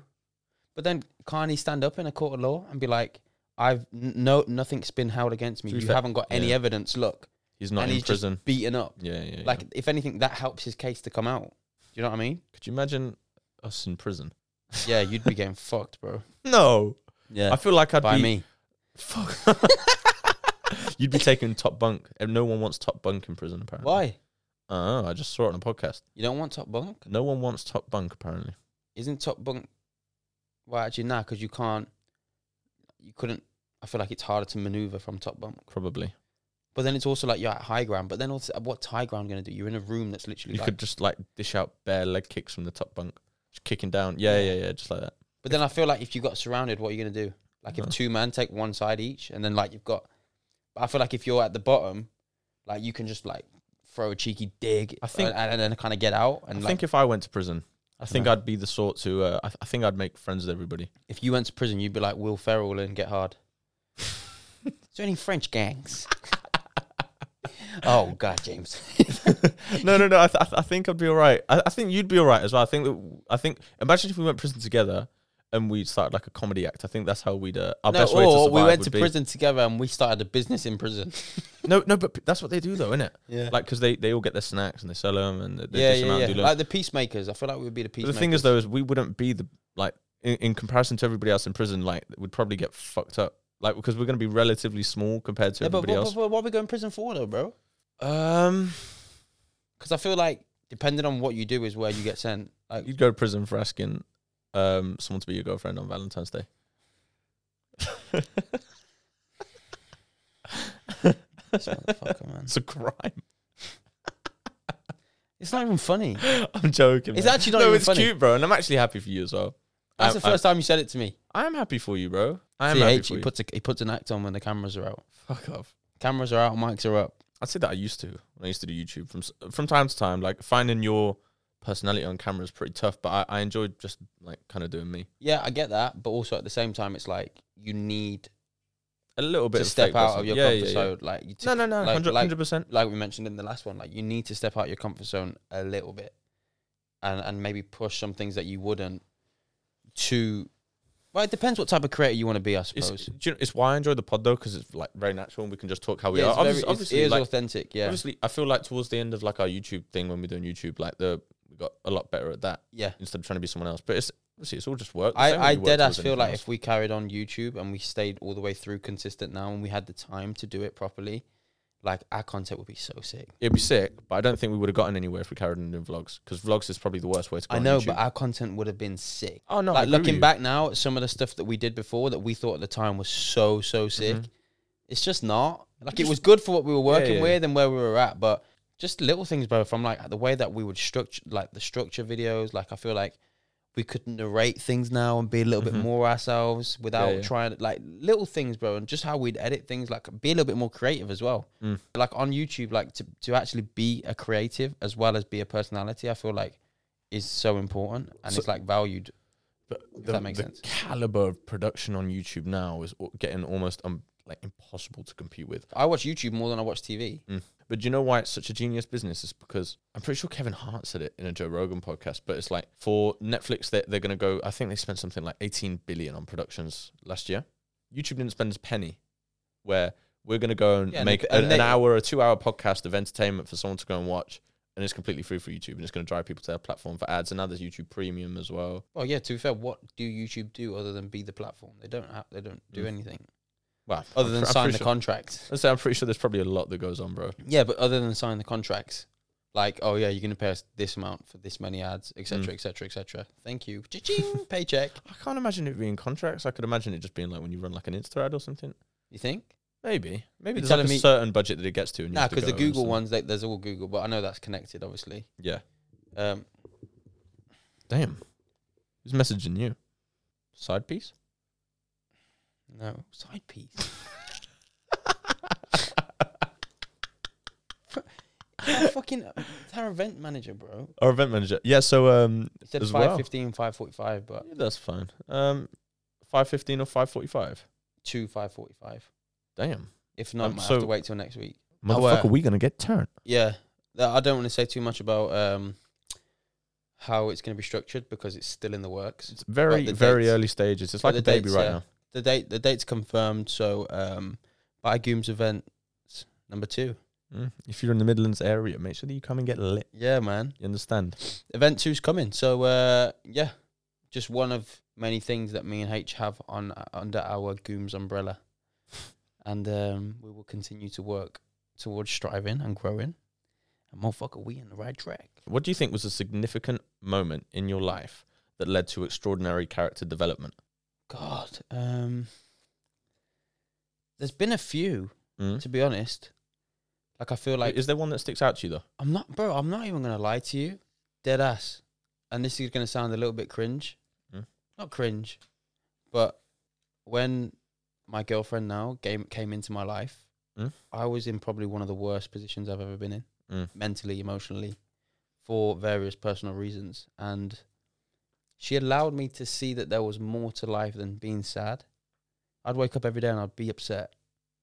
Speaker 1: But then can't he stand up in a court of law and be like, I've n- no nothing's been held against me.
Speaker 2: To be
Speaker 1: You
Speaker 2: fair-
Speaker 1: haven't got any
Speaker 2: yeah.
Speaker 1: evidence, look.
Speaker 2: He's not
Speaker 1: and
Speaker 2: in
Speaker 1: he's
Speaker 2: prison.
Speaker 1: just beaten up.
Speaker 2: yeah, yeah, yeah.
Speaker 1: Like, if anything, that helps his case to come out. Do you know what I mean?
Speaker 2: could you imagine us in prison?
Speaker 1: Yeah, you'd be getting fucked, bro.
Speaker 2: No,
Speaker 1: Yeah,
Speaker 2: I feel like I'd
Speaker 1: by
Speaker 2: be
Speaker 1: me.
Speaker 2: Fuck. You'd be taking top bunk, and no one wants top bunk in prison. Apparently,
Speaker 1: Why?
Speaker 2: Oh, I just saw it on a podcast.
Speaker 1: You don't want top bunk?
Speaker 2: No one wants top bunk. Apparently,
Speaker 1: Isn't top bunk? Well, actually, nah, because you can't. You couldn't. I feel like it's harder to maneuver from top bunk.
Speaker 2: probably
Speaker 1: But then it's also like you're at high ground. But then also, what's high ground going to do? You're in a room that's
Speaker 2: you
Speaker 1: literally like.
Speaker 2: could just like dish out bare leg kicks from the top bunk, just kicking down. Yeah, yeah, yeah, just like that.
Speaker 1: But then I feel like if you got surrounded, what are you going to do? Like if
Speaker 2: Huh.
Speaker 1: two men take one side each, and then like you've got. But I feel like if you're at the bottom, like you can just like throw a cheeky dig.
Speaker 2: I think-
Speaker 1: uh, and, then kind of get out. And
Speaker 2: I
Speaker 1: like,
Speaker 2: think if I went to prison, I think
Speaker 1: Yeah.
Speaker 2: I'd be the sort to. Uh, I, th- I think I'd make friends with everybody.
Speaker 1: if you went to prison, you'd be like Will Ferrell and get hard. Is there any French gangs? oh God, James.
Speaker 2: no, no, no. I, th- I, th- I think I'd be all right. I, I think you'd be all right as well. I think. That, I think. Imagine if we went to prison together. And we started like a comedy act. I think that's how we'd uh, our
Speaker 1: No,
Speaker 2: best way to
Speaker 1: or
Speaker 2: survive
Speaker 1: we went
Speaker 2: would
Speaker 1: to
Speaker 2: be-
Speaker 1: prison together and we started a business in prison.
Speaker 2: No, no, but p- that's what they do though, isn't it?
Speaker 1: Yeah.
Speaker 2: Like, because they, they all get their snacks and they sell them and they, they
Speaker 1: yeah,
Speaker 2: dish 'em
Speaker 1: yeah,
Speaker 2: out
Speaker 1: yeah.
Speaker 2: and do loads.
Speaker 1: Like the peacemakers. I feel like we'd be the
Speaker 2: But
Speaker 1: peacemakers.
Speaker 2: the thing is though, is we wouldn't be the like in, in comparison to everybody else in prison. Like, we'd probably get fucked up. Like, because we're gonna be relatively small compared to
Speaker 1: yeah, but,
Speaker 2: everybody
Speaker 1: what-
Speaker 2: else.
Speaker 1: what- what are we going to prison for though, bro?
Speaker 2: Um,
Speaker 1: Because I feel like depending on what you do is where you get sent. Like,
Speaker 2: you'd go to prison for asking um someone to be your girlfriend on Valentine's Day.
Speaker 1: this motherfucker, man.
Speaker 2: It's a crime.
Speaker 1: It's not even funny.
Speaker 2: I'm joking.
Speaker 1: It's
Speaker 2: man.
Speaker 1: actually not
Speaker 2: no,
Speaker 1: even
Speaker 2: it's
Speaker 1: funny.
Speaker 2: cute, bro, and I'm actually happy for you as well.
Speaker 1: That's
Speaker 2: I-
Speaker 1: the first time you said it to me.
Speaker 2: I, I'm happy for you, bro. I am
Speaker 1: See,
Speaker 2: happy
Speaker 1: H,
Speaker 2: for
Speaker 1: he
Speaker 2: you.
Speaker 1: puts a, he puts an act on when the cameras are out.
Speaker 2: Fuck off.
Speaker 1: Cameras are out, mics are up.
Speaker 2: I'd say that I used to when I used to do YouTube from s- from time to time. Like finding your personality on camera is pretty tough, but I, I enjoyed just like kind of doing me
Speaker 1: Yeah, I get that, but also at the same time, it's like you need
Speaker 2: a little bit.
Speaker 1: to
Speaker 2: of
Speaker 1: step
Speaker 2: fake
Speaker 1: out
Speaker 2: person.
Speaker 1: of your
Speaker 2: Yeah,
Speaker 1: comfort
Speaker 2: yeah, yeah.
Speaker 1: zone. Like, you t-
Speaker 2: No, no, no,
Speaker 1: like-
Speaker 2: hundred
Speaker 1: like-
Speaker 2: hundred percent.
Speaker 1: like we mentioned in the last one, like you need to step out your comfort zone a little bit, and and maybe push some things that you wouldn't. To, well, it depends what type of creator you want to be, I
Speaker 2: It's,
Speaker 1: suppose.
Speaker 2: do you know, it's why I enjoy the pod though because it's like very natural and we can just talk how we
Speaker 1: yeah,
Speaker 2: are.
Speaker 1: it's
Speaker 2: Obviously,
Speaker 1: very, it's,
Speaker 2: obviously,
Speaker 1: it is
Speaker 2: like,
Speaker 1: authentic. Yeah,
Speaker 2: obviously, I feel like towards the end of like our YouTube thing when we're doing YouTube, like the we got a lot better at that
Speaker 1: yeah.
Speaker 2: instead of trying to be someone else. But it's obviously it's all just work. the
Speaker 1: I,
Speaker 2: same way
Speaker 1: I
Speaker 2: we work
Speaker 1: dead
Speaker 2: towards
Speaker 1: ass feel
Speaker 2: anything
Speaker 1: like
Speaker 2: else.
Speaker 1: if we carried on YouTube and we stayed all the way through consistent now and we had the time to do it properly, like our content would be so sick.
Speaker 2: it'd be sick, but I don't think we would have gotten anywhere if we carried on doing vlogs because vlogs is probably the worst way to. Go
Speaker 1: I
Speaker 2: on
Speaker 1: know,
Speaker 2: YouTube.
Speaker 1: but our content would have been sick.
Speaker 2: oh no, I
Speaker 1: like
Speaker 2: agree with
Speaker 1: looking
Speaker 2: you.
Speaker 1: back now at some of the stuff that we did before that we thought at the time was so so sick
Speaker 2: Mhm.
Speaker 1: it's just not like it
Speaker 2: Just-
Speaker 1: was good for what we were working
Speaker 2: yeah.
Speaker 1: with and where we were at but just little things bro from like the way that we would structure like the structure videos like i feel like we could narrate things now and be a little
Speaker 2: Mhm.
Speaker 1: bit more ourselves without
Speaker 2: yeah.
Speaker 1: trying like little things bro and just how we'd edit things like be a little bit more creative as well
Speaker 2: Mm.
Speaker 1: like on youtube like to, to actually be a creative as well as be a personality i feel like is so important and
Speaker 2: So-
Speaker 1: it's like valued
Speaker 2: But
Speaker 1: If
Speaker 2: the,
Speaker 1: that makes
Speaker 2: the
Speaker 1: sense.
Speaker 2: caliber of production on YouTube now is o- getting almost um, like impossible to compete with.
Speaker 1: I watch YouTube more than I watch TV.
Speaker 2: But do you know why it's such a genius business? Is because I'm pretty sure Kevin Hart said it in a Joe Rogan podcast. But it's like for Netflix, they're, they're going to go. I think they spent something like 18 billion on productions last year. YouTube didn't spend a penny. Where we're going to go and
Speaker 1: Yeah, and
Speaker 2: make
Speaker 1: it-
Speaker 2: an,
Speaker 1: and they-
Speaker 2: an hour or two hour podcast of entertainment for someone to go and watch, and it's completely free for YouTube, and it's going to drive people to their platform for ads. And now there's YouTube Premium as well.
Speaker 1: Well, yeah. To be fair, what do YouTube do other than be the platform? They don't. Have, they don't do
Speaker 2: Mm.
Speaker 1: anything
Speaker 2: Well,
Speaker 1: other
Speaker 2: I'm
Speaker 1: than
Speaker 2: pre- I'm
Speaker 1: sign
Speaker 2: pretty
Speaker 1: the
Speaker 2: sure-
Speaker 1: contract.
Speaker 2: I'd say I'm pretty sure there's probably a lot that goes on, bro.
Speaker 1: Yeah, but other than sign the contracts, like, oh yeah, you're gonna pay us this amount for this many ads, etc.,
Speaker 2: Mm.
Speaker 1: etc., etc. Thank you. Cha-ching, paycheck.
Speaker 2: I can't imagine it being contracts. I could imagine it just being like when you run like an Insta ad or something.
Speaker 1: You think?
Speaker 2: Maybe. Maybe
Speaker 1: You're
Speaker 2: there's
Speaker 1: telling
Speaker 2: like a
Speaker 1: me-
Speaker 2: certain budget that it gets to. And you
Speaker 1: Nah,
Speaker 2: have to
Speaker 1: because the
Speaker 2: go and
Speaker 1: Google
Speaker 2: some-
Speaker 1: ones, they, there's all Google, but I know that's connected, obviously.
Speaker 2: Yeah.
Speaker 1: Um,
Speaker 2: Damn. Who's messaging you? Side piece?
Speaker 1: no side piece. Yeah, fucking it's our event manager, bro.
Speaker 2: Or event manager. Yeah, so um
Speaker 1: He said
Speaker 2: As well.
Speaker 1: 515, 545, but
Speaker 2: yeah, that's fine. Um five fifteen or five forty five.
Speaker 1: two 545.
Speaker 2: Damn.
Speaker 1: If not,
Speaker 2: Um,
Speaker 1: I might
Speaker 2: so-
Speaker 1: have to wait till next week. Oh, uh,
Speaker 2: Motherfucker, we gonna get turned.
Speaker 1: Yeah, Th- I don't want to say too much about um, how it's going to be structured because it's still in the works.
Speaker 2: It's very,
Speaker 1: the
Speaker 2: very
Speaker 1: dates.
Speaker 2: early stages. It's
Speaker 1: But
Speaker 2: like a
Speaker 1: the
Speaker 2: baby
Speaker 1: dates,
Speaker 2: right
Speaker 1: yeah.
Speaker 2: now.
Speaker 1: The date, the date's confirmed. So, um, Bygooms events number two.
Speaker 2: Mm. If you're in the Midlands area, make sure that you come and get lit.
Speaker 1: Yeah, man.
Speaker 2: You understand?
Speaker 1: Event two's coming. So, uh, yeah, just one of many things that me and H have on uh, under our Gooms umbrella, and um, we will continue to work towards striving and growing. And motherfucker, we in the right track.
Speaker 2: What do you think was a significant moment in your life that led to extraordinary character development?
Speaker 1: God, um, there's been a few
Speaker 2: Mm.
Speaker 1: to be honest. Like I feel like
Speaker 2: Is there one that sticks out to you though?
Speaker 1: I'm not, bro. I'm not even gonna lie to you, dead ass. And this is gonna sound a little bit cringe,
Speaker 2: Mm.
Speaker 1: not cringe, but when my girlfriend now came came into my life,
Speaker 2: Mm.
Speaker 1: I was in probably one of the worst positions I've ever been in,
Speaker 2: Mm.
Speaker 1: mentally, emotionally, for various personal reasons, and she allowed me to see that there was more to life than being sad. I'd wake up every day and I'd be upset.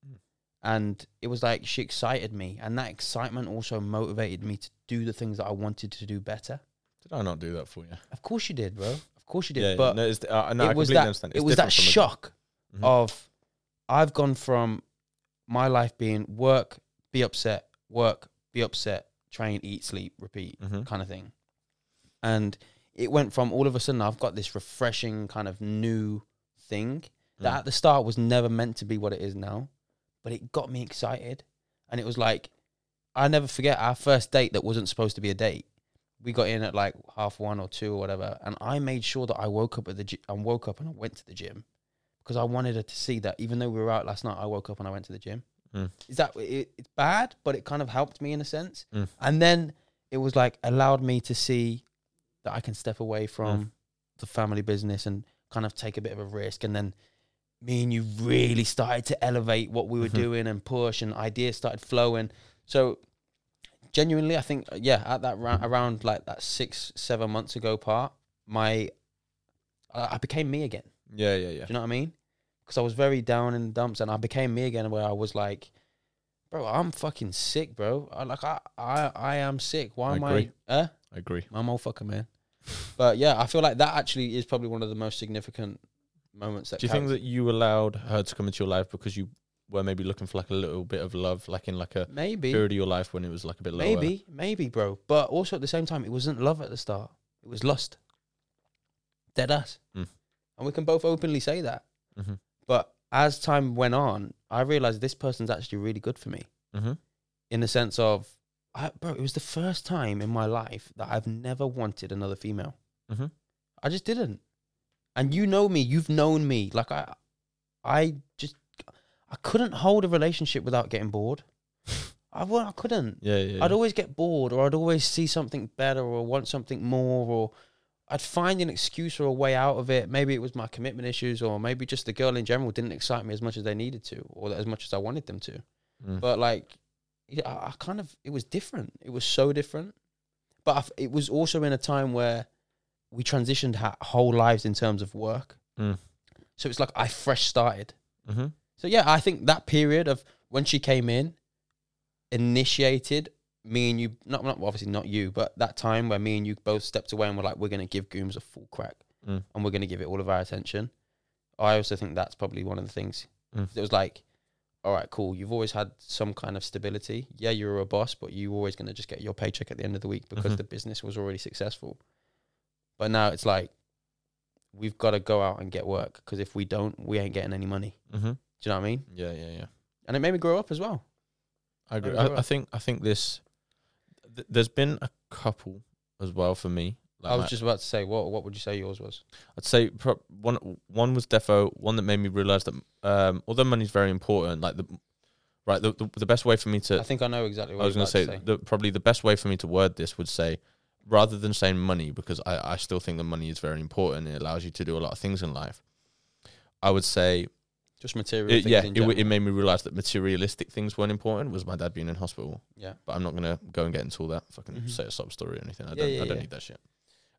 Speaker 2: Mm.
Speaker 1: And it was like she excited me. And that excitement also motivated me to do the things that I wanted to do better.
Speaker 2: Did I not do that for you?
Speaker 1: Of course you did, bro. Of course you did.
Speaker 2: Yeah,
Speaker 1: but
Speaker 2: no, it's, uh, no, I
Speaker 1: it was
Speaker 2: completely
Speaker 1: that-
Speaker 2: understand.
Speaker 1: it was that shock
Speaker 2: Mhm.
Speaker 1: of I've gone from my life being work, be upset, work, be upset, train, eat, sleep, repeat
Speaker 2: hmm
Speaker 1: kind of thing. And it went from all of a sudden I've got this refreshing kind of new thing that at the start was never meant to be what it is now, but it got me excited. And it was like, I never forget our first date that wasn't supposed to be a date. We got in at like half one or two or whatever, and I made sure that I woke up at the gy- and woke up and I went to the gym because I wanted her to see that even though we were out last night, I woke up and I went to the gym.
Speaker 2: Mm.
Speaker 1: Is that it, it's bad, but it kind of helped me in a sense.
Speaker 2: Mm.
Speaker 1: And then it was like allowed me to see that I can step away from
Speaker 2: Mm.
Speaker 1: the family business and kind of take a bit of a risk. And then me and you really started to elevate what we were
Speaker 2: Mhm.
Speaker 1: doing and push, and ideas started flowing. So genuinely, I think uh, yeah, at that
Speaker 2: Mm.
Speaker 1: round, around like that six, seven months ago part, my uh, I I became me again.
Speaker 2: Yeah, yeah, yeah.
Speaker 1: Do you know what I mean? Because I was very down in the dumps, and I became me again, where I was like, "Bro, I'm fucking sick, bro. I, like I, I, I am sick. Why
Speaker 2: I
Speaker 1: am
Speaker 2: agree.
Speaker 1: I? Uh,
Speaker 2: I agree.
Speaker 1: my motherfucker, man. but yeah, I feel like that actually is probably one of the most significant moments that.
Speaker 2: Do you think that you allowed her to come into your life because you were maybe looking for like a little bit of love, like in like a
Speaker 1: maybe,
Speaker 2: period of your life when it was like a bit lower?
Speaker 1: maybe, maybe, bro? But also at the same time, it wasn't love at the start. It was lust. Dead ass.
Speaker 2: Mm.
Speaker 1: And we can both openly say that.
Speaker 2: Mhm.
Speaker 1: But as time went on, I realized this person's actually really good for me.
Speaker 2: Mm-hmm.
Speaker 1: in the sense of, I, bro, it was the first time in my life that I've never wanted another female.
Speaker 2: Mhm.
Speaker 1: I just didn't. And you know me, you've known me. Like I, I just, I couldn't hold a relationship without getting bored. I, wa- I couldn't.
Speaker 2: Yeah, yeah. yeah.
Speaker 1: I'd always get bored, or I'd always see something better, or want something more, or I'd find an excuse or a way out of it. Maybe it was my commitment issues, or maybe just the girl in general didn't excite me as much as they needed to, or as much as I wanted them to
Speaker 2: Mm.
Speaker 1: but like yeah, I, I kind of it was different it was so different but I f it was also in a time where we transitioned ha- whole lives in terms of work.
Speaker 2: Mm.
Speaker 1: So it's like I fresh started.
Speaker 2: Mm-hmm.
Speaker 1: So yeah, I think that period of when she came in initiated me and you not not well, obviously not you, but that time where me and you both stepped away and were like, we're gonna give Gooms a full crack
Speaker 2: Mm.
Speaker 1: and we're gonna give it all of our attention. I also think that's probably one of the things.
Speaker 2: Mm.
Speaker 1: It was like, all right, cool. You've always had some kind of stability. Yeah, you were a boss, but you were always gonna just get your paycheck at the end of the week because
Speaker 2: Mhm.
Speaker 1: the business was already successful. But now it's like we've got to go out and get work because if we don't, we ain't getting any money.
Speaker 2: Mm-hmm.
Speaker 1: Do you know what I mean?
Speaker 2: Yeah, yeah, yeah.
Speaker 1: and it made me grow up as well.
Speaker 2: I agree.
Speaker 1: agree with
Speaker 2: I, I
Speaker 1: that.
Speaker 2: think I think this. Th- there's been a couple as well for me. Like
Speaker 1: I
Speaker 2: my-
Speaker 1: was just about to say, what what would you say yours was?
Speaker 2: I'd say pro- one one was defo. One that made me realize that um, although money's very important, like the right the the, the best way for me to
Speaker 1: I think I know exactly what
Speaker 2: I was
Speaker 1: going
Speaker 2: going to say, The, probably the best way for me to word this would say rather than saying money because I, I still think that money is very important. It allows you to do a lot of things in life. I would say
Speaker 1: just material.
Speaker 2: it,
Speaker 1: things
Speaker 2: yeah,
Speaker 1: in
Speaker 2: it, w- it
Speaker 1: general.
Speaker 2: made me realize that materialistic things weren't important. Was my dad being in hospital?
Speaker 1: Yeah.
Speaker 2: but I'm not gonna go and get into all that fucking
Speaker 1: Mhm.
Speaker 2: say a sob story or anything. I
Speaker 1: Yeah,
Speaker 2: don't,
Speaker 1: yeah,
Speaker 2: I don't
Speaker 1: yeah.
Speaker 2: need that shit.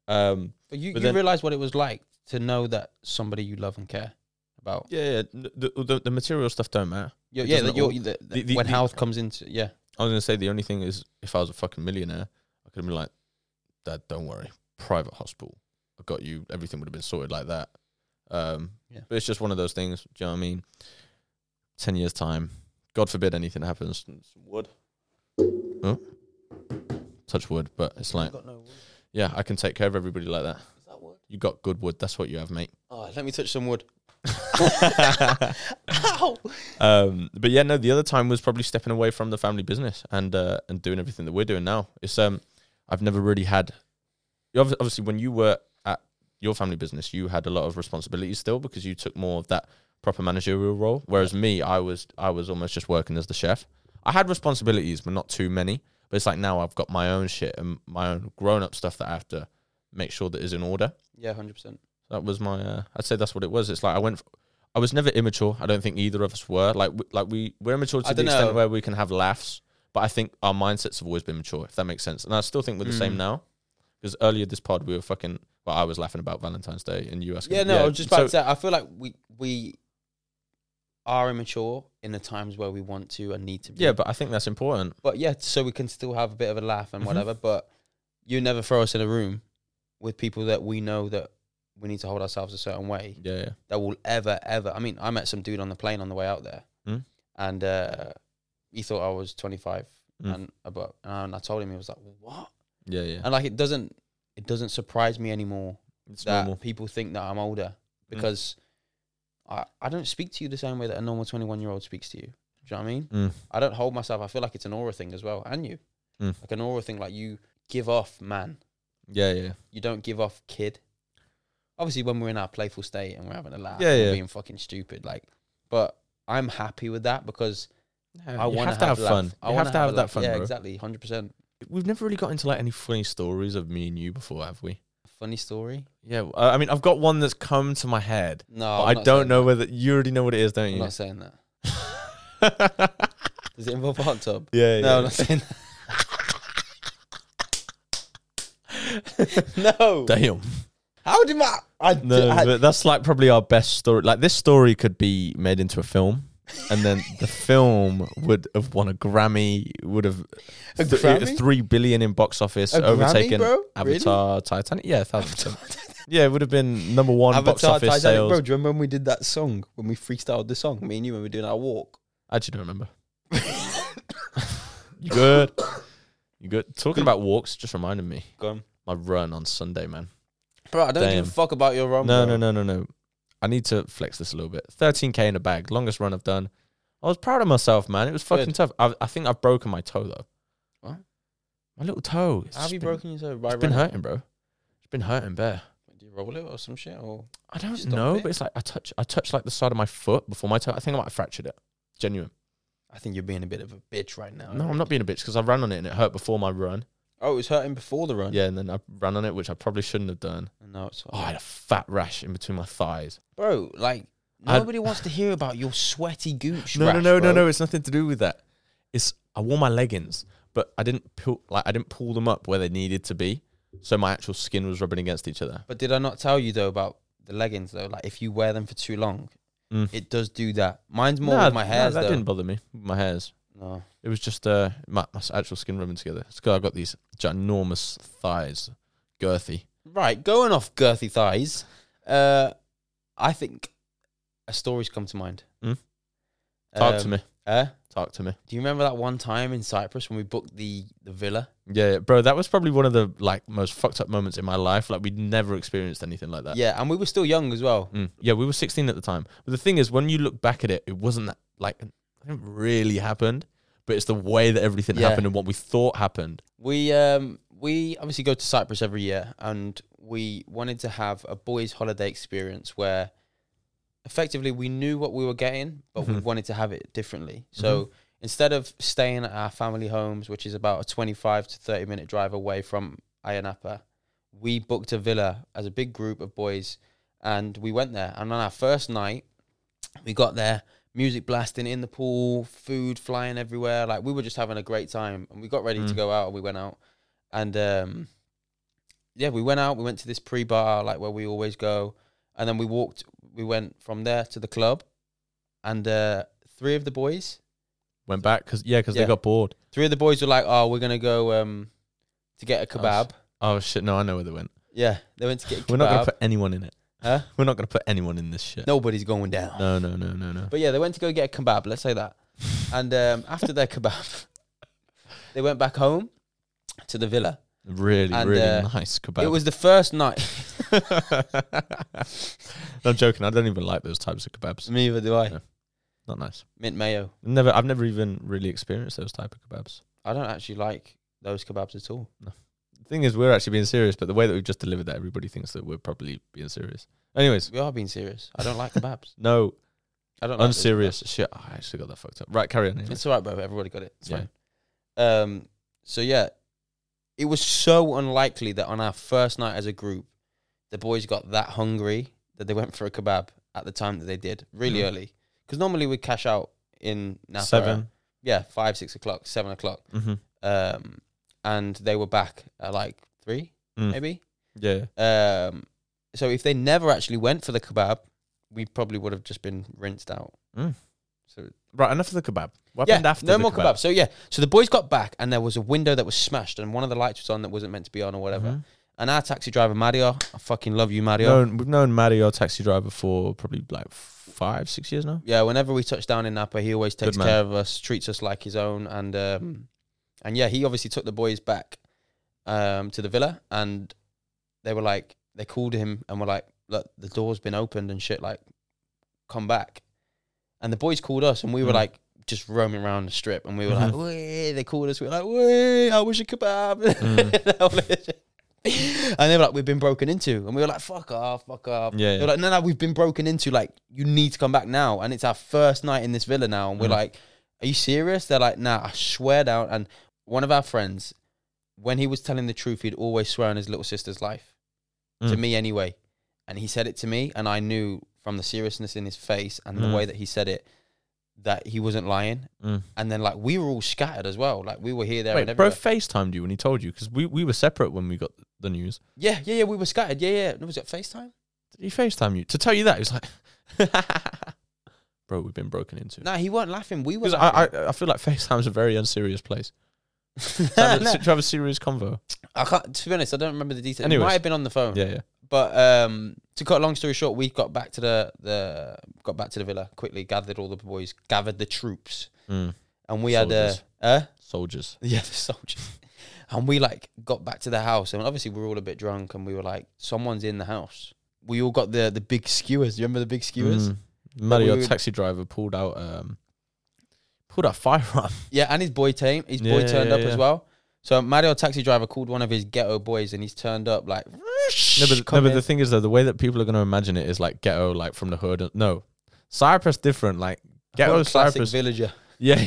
Speaker 2: Um,
Speaker 1: but you,
Speaker 2: but
Speaker 1: you
Speaker 2: then-
Speaker 1: realize what it was like to know that somebody you love and care about.
Speaker 2: yeah, yeah n- the, the the material stuff don't matter.
Speaker 1: Yeah,
Speaker 2: It
Speaker 1: yeah.
Speaker 2: doesn't
Speaker 1: That
Speaker 2: all-
Speaker 1: you're, that- that
Speaker 2: the- the-
Speaker 1: when
Speaker 2: the-
Speaker 1: health comes into yeah,
Speaker 2: I was gonna say the only thing is if I was a fucking millionaire, I could have been like, Dad, don't worry, private hospital. I got you. Everything would have been sorted like that. Um,
Speaker 1: Yeah.
Speaker 2: but it's just one of those things. Do you know what I mean? Ten years time, God forbid anything happens. It's wood. Oh, touch wood, but it's like yeah, I can take care of everybody like that. You got good wood. That's what you have, mate.
Speaker 1: Oh, let me touch some wood.
Speaker 2: Um, but yeah, no, the other time was probably stepping away from the family business and uh, and doing everything that we're doing now. It's um, I've never really had. you obvi- Obviously, when you were at your family business, you had a lot of responsibilities still because you took more of that proper managerial role. Whereas me, I was I was almost just working as the chef. I had responsibilities, but not too many. But it's like now I've got my own shit and my own grown up stuff that I have to make sure that is in order.
Speaker 1: Yeah, hundred percent.
Speaker 2: That was my. Uh, I'd say that's what it was. It's like I went. f- I was never immature. I don't think either of us were. Like, w- like we we're immature to
Speaker 1: I
Speaker 2: the
Speaker 1: dunno.
Speaker 2: extent where we can have laughs, but I think our mindsets have always been mature. If that makes sense, and I still think we're the same
Speaker 1: Mm.
Speaker 2: now. Because earlier this pod we were fucking. Well, I was laughing about Valentine's Day, and you asking.
Speaker 1: Yeah, no. I was just about
Speaker 2: so-
Speaker 1: to say. I feel like we we are immature in the times where we want to and need to be.
Speaker 2: Yeah, but I think that's important.
Speaker 1: but yeah, so we can still have a bit of a laugh and
Speaker 2: Mhm.
Speaker 1: whatever. But you never throw us in a room with people that we know that we need to hold ourselves a certain way
Speaker 2: Yeah, yeah.
Speaker 1: that will ever, ever. I mean, I met some dude on the plane on the way out there,
Speaker 2: Mm.
Speaker 1: and uh, he thought I was 25
Speaker 2: Mm.
Speaker 1: and above. And I told him he was like, "What?"
Speaker 2: yeah, yeah.
Speaker 1: And like, it doesn't, it doesn't surprise me anymore
Speaker 2: It's
Speaker 1: that
Speaker 2: normal. Mm.
Speaker 1: people think that I'm older because I, I don't speak to you the same way that a normal 21 year old speaks to you. Do you know what I mean?
Speaker 2: Mm.
Speaker 1: I don't hold myself. I feel like it's an aura thing as well, and you,
Speaker 2: Mm.
Speaker 1: like an aura thing. Like you give off man,
Speaker 2: Yeah, yeah.
Speaker 1: you don't give off kid. Obviously, when we're in our playful state and we're having a laugh,
Speaker 2: Yeah,
Speaker 1: and
Speaker 2: yeah.
Speaker 1: we're being fucking stupid. Like, but I'm happy with that because I
Speaker 2: you
Speaker 1: want
Speaker 2: have to have
Speaker 1: laugh.
Speaker 2: fun.
Speaker 1: I
Speaker 2: You
Speaker 1: wanna
Speaker 2: have to have
Speaker 1: a
Speaker 2: that
Speaker 1: laugh.
Speaker 2: fun,
Speaker 1: Yeah,
Speaker 2: bro.
Speaker 1: exactly, hundred percent.
Speaker 2: We've never really got into like any funny stories of me and you before, have we?
Speaker 1: Funny story.
Speaker 2: Yeah, w- uh, I I mean, I've got one that's come to my head,
Speaker 1: No,
Speaker 2: but
Speaker 1: I'm
Speaker 2: I
Speaker 1: not
Speaker 2: don't
Speaker 1: saying
Speaker 2: know
Speaker 1: that.
Speaker 2: whether you already know what it is, don't
Speaker 1: I'm
Speaker 2: you?
Speaker 1: not saying that.
Speaker 2: yeah,
Speaker 1: Does it involve a hot tub?
Speaker 2: yeah.
Speaker 1: No, I'm not saying that. no.
Speaker 2: Damn.
Speaker 1: How did my I,
Speaker 2: No,
Speaker 1: I-
Speaker 2: but that's like probably our best story. Like this story could be made into a film, and then the film would have won a Grammy, would have
Speaker 1: A
Speaker 2: th-
Speaker 1: Grammy?
Speaker 2: three billion in box office,
Speaker 1: A Grammy,
Speaker 2: overtaken
Speaker 1: bro? Really?
Speaker 2: Avatar, Titanic. Yeah, thousand percent. Yeah, it would have been number one box
Speaker 1: Avatar
Speaker 2: office
Speaker 1: Titanic,
Speaker 2: sales.
Speaker 1: bro. Do you remember when we did that song when we freestyled the song? Me and you when we were doing our walk.
Speaker 2: I just don't remember. you good? You good? Talking about walks just reminded me
Speaker 1: Go on.
Speaker 2: my run on Sunday, man.
Speaker 1: Bro, I don't
Speaker 2: Damn.
Speaker 1: give a fuck about your run.
Speaker 2: No,
Speaker 1: bro.
Speaker 2: no, no, no, no. I need to flex this a little bit. 13k in a bag, longest run I've done. I was proud of myself, man. It was fucking
Speaker 1: Good.
Speaker 2: tough. I, I think I've broken my toe though.
Speaker 1: What?
Speaker 2: My little toe. It's
Speaker 1: Have
Speaker 2: just
Speaker 1: you
Speaker 2: been,
Speaker 1: broken your toe? By
Speaker 2: It's been
Speaker 1: running?
Speaker 2: hurting, bro. It's been hurting, bear.
Speaker 1: Do you roll it or some shit? Or
Speaker 2: I don't
Speaker 1: Stop
Speaker 2: know,
Speaker 1: it.
Speaker 2: but it's like I touch, I touch like the side of my foot before my toe. I think I might have fractured it. Genuine.
Speaker 1: I think you're being a bit of a bitch right now.
Speaker 2: No, I'm not being a bitch because I ran on it and it hurt before my run.
Speaker 1: Oh, it was hurting before the run.
Speaker 2: Yeah, and then I ran on it, which I probably shouldn't have done.
Speaker 1: No, it's
Speaker 2: Oh, I had a fat rash in between my thighs.
Speaker 1: bro. Like
Speaker 2: I'd-
Speaker 1: nobody wants to hear about your sweaty gooch.
Speaker 2: No, no,
Speaker 1: rash,
Speaker 2: no, no,
Speaker 1: bro.
Speaker 2: no. It's nothing to do with that. It's I wore my leggings, but I didn't pull like I didn't pull them up where they needed to be. So my actual skin was rubbing against each other.
Speaker 1: But did I not tell you though about the leggings though? Like if you wear them for too long,
Speaker 2: Mm.
Speaker 1: it does do that. Mine's more with my hairs
Speaker 2: that
Speaker 1: though.
Speaker 2: didn't bother me. My hairs.
Speaker 1: No.
Speaker 2: It was just uh, my, my s- actual skin rubbing together. It's 'cause I've got these ginormous thighs, girthy.
Speaker 1: Right, going off girthy thighs, uh, I think a story's come to mind.
Speaker 2: Mm. Talk to
Speaker 1: Um,
Speaker 2: me.
Speaker 1: eh?
Speaker 2: Talk to me.
Speaker 1: do you remember that one time in Cyprus when we booked the, the villa?
Speaker 2: Yeah, yeah, bro, that was probably one of the like most fucked up moments in my life. Like we'd never experienced anything like that.
Speaker 1: yeah, and we were still young as well.
Speaker 2: Mm. Yeah, we were 16 at the time. But the thing is, when you look back at it, it wasn't that like it really happened. But it's the way that everything
Speaker 1: Yeah.
Speaker 2: happened and what we thought happened.
Speaker 1: We um we obviously go to Cyprus every year, and we wanted to have a boys' holiday experience where, effectively, we knew what we were getting, but we
Speaker 2: Mhm.
Speaker 1: wanted to have it differently. So instead of staying at our family homes, which is about a twenty-five to thirty-minute drive away from Ayanapa, we booked a villa as a big group of boys, and we went there. And on our first night, we got there. Music blasting in the pool, food flying everywhere. Like we were just having a great time, and we got ready to
Speaker 2: Mm.
Speaker 1: go out, and we went out and um, yeah, we went out. We went to this pre bar, like where we always go, and then we walked. We went from there to the club, and uh, three of the boys,
Speaker 2: Went back because yeah, because
Speaker 1: Yeah.
Speaker 2: they got bored.
Speaker 1: three of the boys were like, "Oh, we're gonna go um, to get a
Speaker 2: Nice.
Speaker 1: kebab."
Speaker 2: Oh shit! No, I know where they went.
Speaker 1: Yeah, they went to get a kebab.
Speaker 2: We're not gonna put anyone in it.
Speaker 1: Huh?
Speaker 2: We're not gonna put anyone in this shit.
Speaker 1: Nobody's going down.
Speaker 2: No, no, no, no, no.
Speaker 1: But yeah, they went to go get a kebab. Let's say that. And um, after their kebab, they went back home to the villa.
Speaker 2: Really,
Speaker 1: And,
Speaker 2: really
Speaker 1: uh,
Speaker 2: nice kebab.
Speaker 1: It was the first night.
Speaker 2: No, I'm joking. I don't even like those types of kebabs.
Speaker 1: Neither do I.
Speaker 2: No. Not nice.
Speaker 1: Mint mayo.
Speaker 2: Never. I've never even really experienced those type of kebabs.
Speaker 1: I don't actually like those kebabs at all.
Speaker 2: The thing is, we're actually being serious, but the way that we've just delivered that, everybody thinks that we're probably being serious. Anyways,
Speaker 1: We are being serious. I don't like kebabs.
Speaker 2: no,
Speaker 1: I don't.
Speaker 2: I'm
Speaker 1: like those
Speaker 2: serious. Shit, I actually got that fucked up. Right, carry on.
Speaker 1: kebabs.
Speaker 2: anyway.
Speaker 1: It's all right, bro. Everybody got it. It's
Speaker 2: Yeah.
Speaker 1: fine. Um. So yeah, it was so unlikely that on our first night as a group, the boys got that hungry that they went for a kebab at the time that they did, really
Speaker 2: Mhm.
Speaker 1: early. Because normally we cash out in Nafara.
Speaker 2: Seven.
Speaker 1: Yeah, five, six o'clock, seven o'clock.
Speaker 2: Mm-hmm.
Speaker 1: Um, and they were back at like three,
Speaker 2: Mm.
Speaker 1: maybe.
Speaker 2: Yeah.
Speaker 1: Um, so if they never actually went for the kebab, we probably would have just been rinsed out.
Speaker 2: Mm.
Speaker 1: So
Speaker 2: Right. Enough of the kebab. What
Speaker 1: yeah,
Speaker 2: happened after
Speaker 1: no
Speaker 2: the
Speaker 1: more
Speaker 2: kebab?
Speaker 1: kebab. So yeah, so the boys got back and there was a window that was smashed and one of the lights was on that wasn't meant to be on or whatever.
Speaker 2: Mhm.
Speaker 1: And our taxi driver Mario, I fucking love you, Mario.
Speaker 2: Known, we've known Mario, taxi driver, for probably like five, six years now.
Speaker 1: Yeah, whenever we touch down in Napa, he always takes
Speaker 2: Good man.
Speaker 1: care of us, treats us like his own, and um, and yeah, he obviously took the boys back um, to the villa, and they were like, they called him and were like, look, the door's been opened and shit, like, come back. And the boys called us, and we were
Speaker 2: Mhm.
Speaker 1: like just roaming around the strip, and we were like,
Speaker 2: Mhm.
Speaker 1: "Wee!" They called us, we were like, "Wee! I wish a
Speaker 2: Hmm.
Speaker 1: kebab." All this shit. and they were like, "We've been broken into," and we were like, "Fuck off, fuck off."
Speaker 2: Yeah,
Speaker 1: They're
Speaker 2: yeah.
Speaker 1: like, no, no, we've been broken into. Like, you need to come back now. And it's our first night in this villa now. And we're
Speaker 2: Mm.
Speaker 1: like, are you serious? They're like, nah, I swear down. And one of our friends, when he was telling the truth, he'd always swear on his little sister's life. To
Speaker 2: Mm.
Speaker 1: me, anyway. And he said it to me. And I knew from the seriousness in his face and the
Speaker 2: Mm.
Speaker 1: way that he said it that he wasn't lying.
Speaker 2: Mm.
Speaker 1: And then, like, we were all scattered as well. Like, we were here, there, and
Speaker 2: Wait,
Speaker 1: everywhere.
Speaker 2: bro, FaceTimed you when he told you because we, we were separate when we got the news.
Speaker 1: yeah, yeah, yeah. We were scattered. Yeah, yeah. No, Was it FaceTime?
Speaker 2: Did he FaceTime you to tell you that? He was like, bro, we've been broken into.
Speaker 1: No, he weren't laughing. We were
Speaker 2: Because I, I I feel like FaceTime's a very unserious place
Speaker 1: laughing.
Speaker 2: to have, a,
Speaker 1: No.
Speaker 2: to have a serious convo.
Speaker 1: I can't. To be honest, I don't remember the details. It
Speaker 2: Anyways.
Speaker 1: might have been on the phone.
Speaker 2: Yeah, yeah.
Speaker 1: But um, to cut a long story short, we got back to the the got back to the villa quickly. Gathered all the boys, gathered the troops,
Speaker 2: Mm.
Speaker 1: and we
Speaker 2: Soldiers.
Speaker 1: had uh, uh
Speaker 2: Soldiers.
Speaker 1: yeah the soldiers, and we like got back to the house, and obviously we were all a bit drunk, and we were like, someone's in the house. We all got the the big skewers. Do you remember the big skewers?
Speaker 2: Mm. Mario,
Speaker 1: we would-
Speaker 2: taxi driver, pulled out um, pulled out firearm.
Speaker 1: Yeah, and his boy came. His boy
Speaker 2: Yeah,
Speaker 1: turned
Speaker 2: yeah,
Speaker 1: up
Speaker 2: yeah.
Speaker 1: as well. So Mario taxi driver called one of his ghetto boys, and he's turned up like.
Speaker 2: No, but, no,
Speaker 1: come
Speaker 2: but
Speaker 1: in.
Speaker 2: the thing is though, the way that people are going to imagine it is like ghetto, like from the hood. No, Cyprus different. Like ghetto
Speaker 1: What a classic
Speaker 2: Cyprus.
Speaker 1: villager.
Speaker 2: yeah,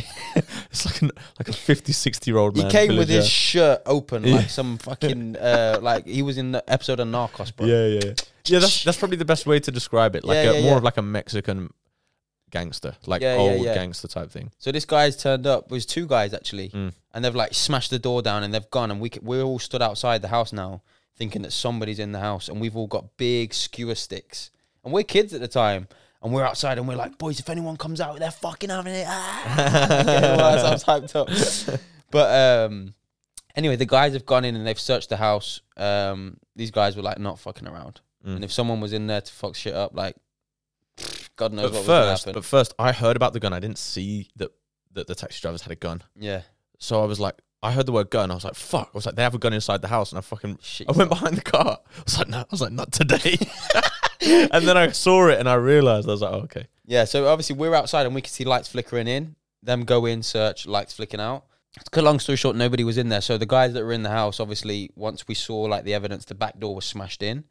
Speaker 2: it's like an, like a 50, 60 year old
Speaker 1: He
Speaker 2: man.
Speaker 1: came with his
Speaker 2: villager.
Speaker 1: shirt open
Speaker 2: Yeah.
Speaker 1: like some fucking uh, like he was in the episode of Narcos, bro.
Speaker 2: yeah, yeah, yeah. yeah. That's that's probably the best way to describe it. Like
Speaker 1: Yeah,
Speaker 2: a,
Speaker 1: yeah,
Speaker 2: more
Speaker 1: yeah.
Speaker 2: of like a Mexican gangster, like
Speaker 1: Yeah, yeah,
Speaker 2: old
Speaker 1: yeah.
Speaker 2: gangster type thing.
Speaker 1: So this guy's turned up. There's two guys actually,
Speaker 2: Mm.
Speaker 1: and they've like smashed the door down and they've gone, and we c- we're all stood outside the house now, thinking that somebody's in the house, and we've all got big skewer sticks, and we're kids at the time, and we're outside, and we're like, boys, if anyone comes out, they're fucking having it. Ah! I'm hyped up. But um, anyway, the guys have gone in and they've searched the house. Um, these guys were like not fucking around,
Speaker 2: Mm.
Speaker 1: and if someone was in there to fuck shit up, like. God knows
Speaker 2: But
Speaker 1: what was
Speaker 2: first,
Speaker 1: gonna happen.
Speaker 2: but first, I heard about the gun. I didn't see that that the taxi drivers had a gun.
Speaker 1: yeah,
Speaker 2: So I was like, I heard the word gun. I was like, fuck. I was like, they have a gun inside the house, and I fucking
Speaker 1: shit.
Speaker 2: I went behind the car. I was like, no. I was like, not today. and then I saw it, and I realized I was like, oh, okay.
Speaker 1: Yeah, so obviously we're outside and we can see lights flickering in. Them go in, search, lights flicking out. To cut a long story short, nobody was in there. So the guys that were in the house, obviously, once we saw like the evidence, the back door was smashed in.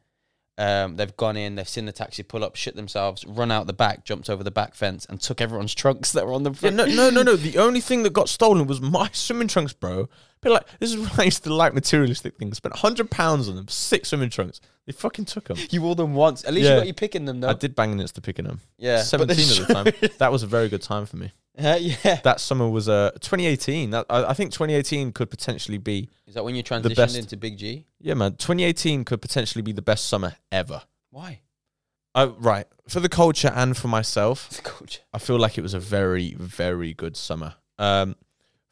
Speaker 1: Um, they've gone in, they've seen the taxi pull up, shit themselves, run out the back, jumped over the back fence, and took everyone's trunks that were on the
Speaker 2: Yeah,
Speaker 1: front.
Speaker 2: no, no, no, no. The only thing that got stolen was my swimming trunks, bro. But like, this is why I used to like materialistic things. Spent hundred pounds on them, six swimming trunks. They fucking took them.
Speaker 1: You wore them once. At least
Speaker 2: Yeah.
Speaker 1: you got your pick in them, though.
Speaker 2: I did bang against the picking them.
Speaker 1: yeah, but they
Speaker 2: seventeen at the time. That was a very good time for me.
Speaker 1: showed- Uh, yeah.
Speaker 2: That summer was uh 2018. That I, I think 2018 could potentially be
Speaker 1: Is that when you
Speaker 2: best-
Speaker 1: transitioned into Big G?
Speaker 2: yeah man. 2018 could potentially be the best summer ever.
Speaker 1: Why?
Speaker 2: I, right for the culture and for myself.
Speaker 1: The coach.
Speaker 2: I feel like it was a very, very good summer. Um,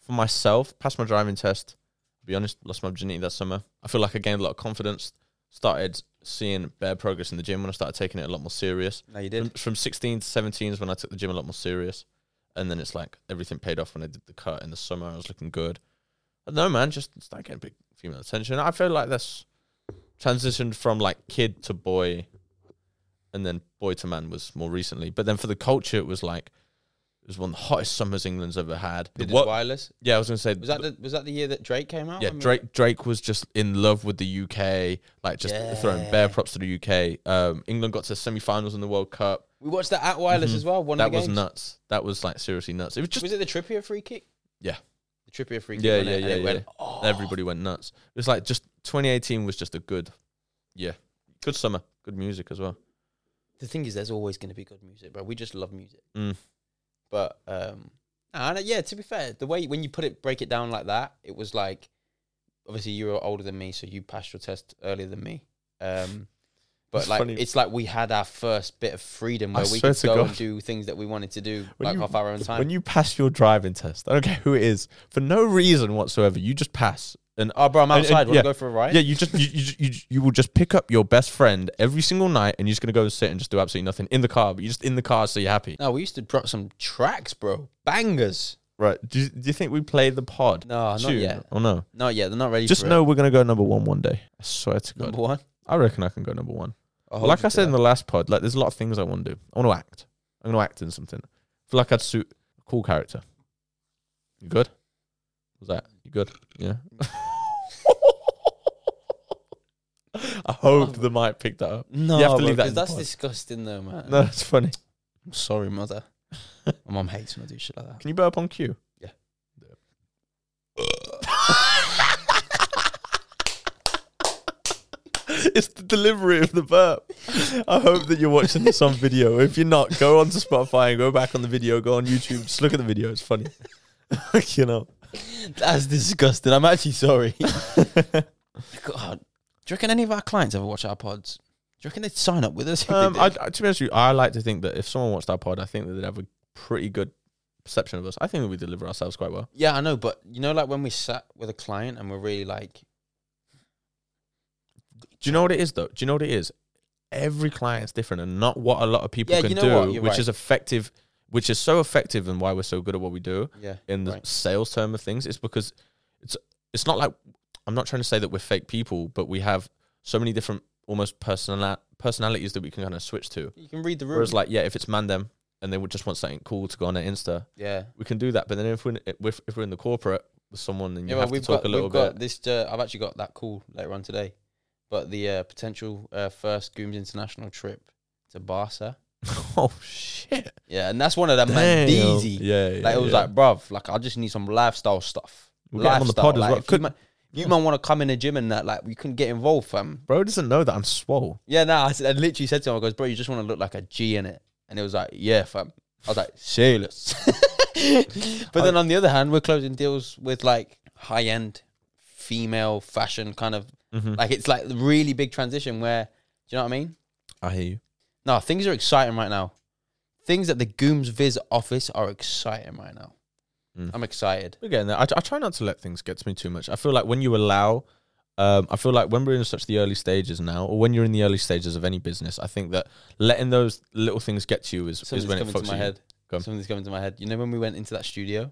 Speaker 2: for myself, passed my driving test. To be honest, lost my virginity that summer. I feel like I gained a lot of confidence. Started seeing better progress in the gym when I started taking it a lot more serious.
Speaker 1: No, you
Speaker 2: From,
Speaker 1: did.
Speaker 2: from 16 to 17 is when I took the gym a lot more serious. And then it's like everything paid off when I did the cut in the summer. I was looking good. But no, man, just started getting big female attention. I feel like that's transitioned from like kid to boy and then boy to man was more recently. But then for the culture, it was like, it was one of the hottest summers England's ever had.
Speaker 1: Did
Speaker 2: What-
Speaker 1: wireless?
Speaker 2: Yeah, I was going to say.
Speaker 1: Was that the, was that the year that Drake came out?
Speaker 2: yeah,
Speaker 1: I mean-
Speaker 2: Drake Drake was just in love with the UK, like just throwing bare
Speaker 1: Yeah.
Speaker 2: props to the UK. Um, England got to semi-finals in the World Cup.
Speaker 1: We watched that at Wireless
Speaker 2: Mhm.
Speaker 1: as well. One
Speaker 2: that
Speaker 1: of the
Speaker 2: was
Speaker 1: games.
Speaker 2: nuts. That was like seriously nuts. It was just
Speaker 1: was it the Trippier free kick?
Speaker 2: Yeah.
Speaker 1: The Trippier free kick.
Speaker 2: yeah,
Speaker 1: wasn't
Speaker 2: yeah,
Speaker 1: it? And
Speaker 2: yeah,
Speaker 1: it
Speaker 2: yeah.
Speaker 1: went, "Oh."
Speaker 2: Everybody went nuts. It was like just 2018 was just a good, yeah, good summer, good music as well.
Speaker 1: The thing is, there's always going to be good music, bro. We just love music.
Speaker 2: Mm.
Speaker 1: But um, nah, I don't- yeah, to be fair, the way when you put it, break it down like that, it was like obviously you were older than me, so you passed your test earlier than me. Um, but
Speaker 2: It's
Speaker 1: like
Speaker 2: funny.
Speaker 1: it's like we had our first bit of freedom
Speaker 2: I
Speaker 1: where we
Speaker 2: swear
Speaker 1: could
Speaker 2: to
Speaker 1: go
Speaker 2: God.
Speaker 1: and do things that we wanted to do
Speaker 2: When
Speaker 1: like
Speaker 2: you-
Speaker 1: off our own time.
Speaker 2: When you pass your driving test, I don't care who it is, for no reason whatsoever, you just pass. And
Speaker 1: oh, bro, I'm
Speaker 2: and- and-
Speaker 1: outside. Want to
Speaker 2: yeah.
Speaker 1: go for a ride?
Speaker 2: Yeah, you just you, you, you, you will just pick up your best friend every single night, and you're just gonna go and sit and just do absolutely nothing in the car. But you're just in the car, so you're happy.
Speaker 1: No, we used to drop some tracks, bro. Bangers.
Speaker 2: Right? Do you, do you think we play the pod?
Speaker 1: No, not
Speaker 2: tune,
Speaker 1: yet.
Speaker 2: Or no?
Speaker 1: Not yet. They're not ready.
Speaker 2: Just
Speaker 1: for it.
Speaker 2: know we're gonna go number one one day. I swear to God,
Speaker 1: number one.
Speaker 2: I reckon I can go number one.
Speaker 1: I'll hold
Speaker 2: Like
Speaker 1: you
Speaker 2: I
Speaker 1: to
Speaker 2: said in
Speaker 1: that.
Speaker 2: the last pod, like there's a lot of things I want to do. I want to act. I'm gonna act in something. I feel like I'd suit a cool character. You good? Was that you good? Yeah. I hope the mic picked that up.
Speaker 1: no,
Speaker 2: you have to leave
Speaker 1: bro,
Speaker 2: that in
Speaker 1: 'cause
Speaker 2: the
Speaker 1: that's
Speaker 2: pod.
Speaker 1: disgusting, though, man.
Speaker 2: No, it's funny.
Speaker 1: I'm sorry, mother. My mom hates when I do shit like that.
Speaker 2: Can you burp on cue?
Speaker 1: Yeah.
Speaker 2: it's the delivery of the burp. I hope that you're watching this on video. If you're not, go on to Spotify and go back on the video. Go on YouTube. Just look at the video. It's funny. you know.
Speaker 1: That's disgusting. I'm actually sorry. God, do you reckon any of our clients ever watch our pods? Do you reckon they'd sign up with us? if they
Speaker 2: Um, I,
Speaker 1: did?
Speaker 2: I- to be honest with you, I like to think that if someone watched our pod, I think that they'd have a pretty good perception of us. I think that we deliver ourselves quite well.
Speaker 1: yeah, I know, but you know, like when we sat with a client and we're really like,
Speaker 2: Do you know what it is though? Do you know what it is? Every client's different and not what a lot of people
Speaker 1: Yeah,
Speaker 2: can
Speaker 1: you know
Speaker 2: do,
Speaker 1: what? You're
Speaker 2: which
Speaker 1: right.
Speaker 2: is effective, which is so effective and why we're so good at what we do
Speaker 1: yeah,
Speaker 2: in the
Speaker 1: Right.
Speaker 2: sales term of things. It's because it's it's not like I'm not trying to say that we're fake people, but we have so many different almost personal personalities that we can kind of switch to.
Speaker 1: you can read the room.
Speaker 2: Whereas like yeah, if it's man them and they would just want something cool to go on their Insta,
Speaker 1: yeah,
Speaker 2: we can do that. But then if we're in, if if we're in the corporate with someone, then you
Speaker 1: yeah, well,
Speaker 2: have to
Speaker 1: we've
Speaker 2: talk
Speaker 1: got
Speaker 2: a little
Speaker 1: we've got
Speaker 2: bit.
Speaker 1: this. Uh, I've actually got that call later on today, but the uh, potential uh, first Gooms international trip to Barca.
Speaker 2: oh shit!
Speaker 1: Yeah, and that's one of them
Speaker 2: Damn.
Speaker 1: man easy.
Speaker 2: Yeah, yeah,
Speaker 1: Like it was
Speaker 2: yeah.
Speaker 1: like, bruv, like I just need some lifestyle stuff.
Speaker 2: We'll get him on the pod as well.
Speaker 1: If
Speaker 2: Could-
Speaker 1: you, man, if you man want to come in the gym and that, like you can get involved, fam.
Speaker 2: Bro doesn't know that I'm swole.
Speaker 1: Yeah, nah, I, said, I literally said to him, I goes, bro, you just want to look like a G in it, and it was like, yeah, fam. I was like, serious. but then on the other hand, we're closing deals with like high end female fashion kind of Like it's like the really big transition where do you know what I mean?
Speaker 2: I hear you.
Speaker 1: No, things are exciting right now. Things at the Gooms Viz office are exciting right now.
Speaker 2: Mm.
Speaker 1: I'm excited.
Speaker 2: We're getting there. I, I try not to let things get to me too much. I feel like when you allow, um, I feel like when we're in such the early stages now, or when you're in the early stages of any business, I think that letting those little things get to you is, is
Speaker 1: Something's
Speaker 2: when it
Speaker 1: coming
Speaker 2: fucks
Speaker 1: to my
Speaker 2: you.
Speaker 1: head.
Speaker 2: Go on.
Speaker 1: Something's coming to my head. You know when we went into that studio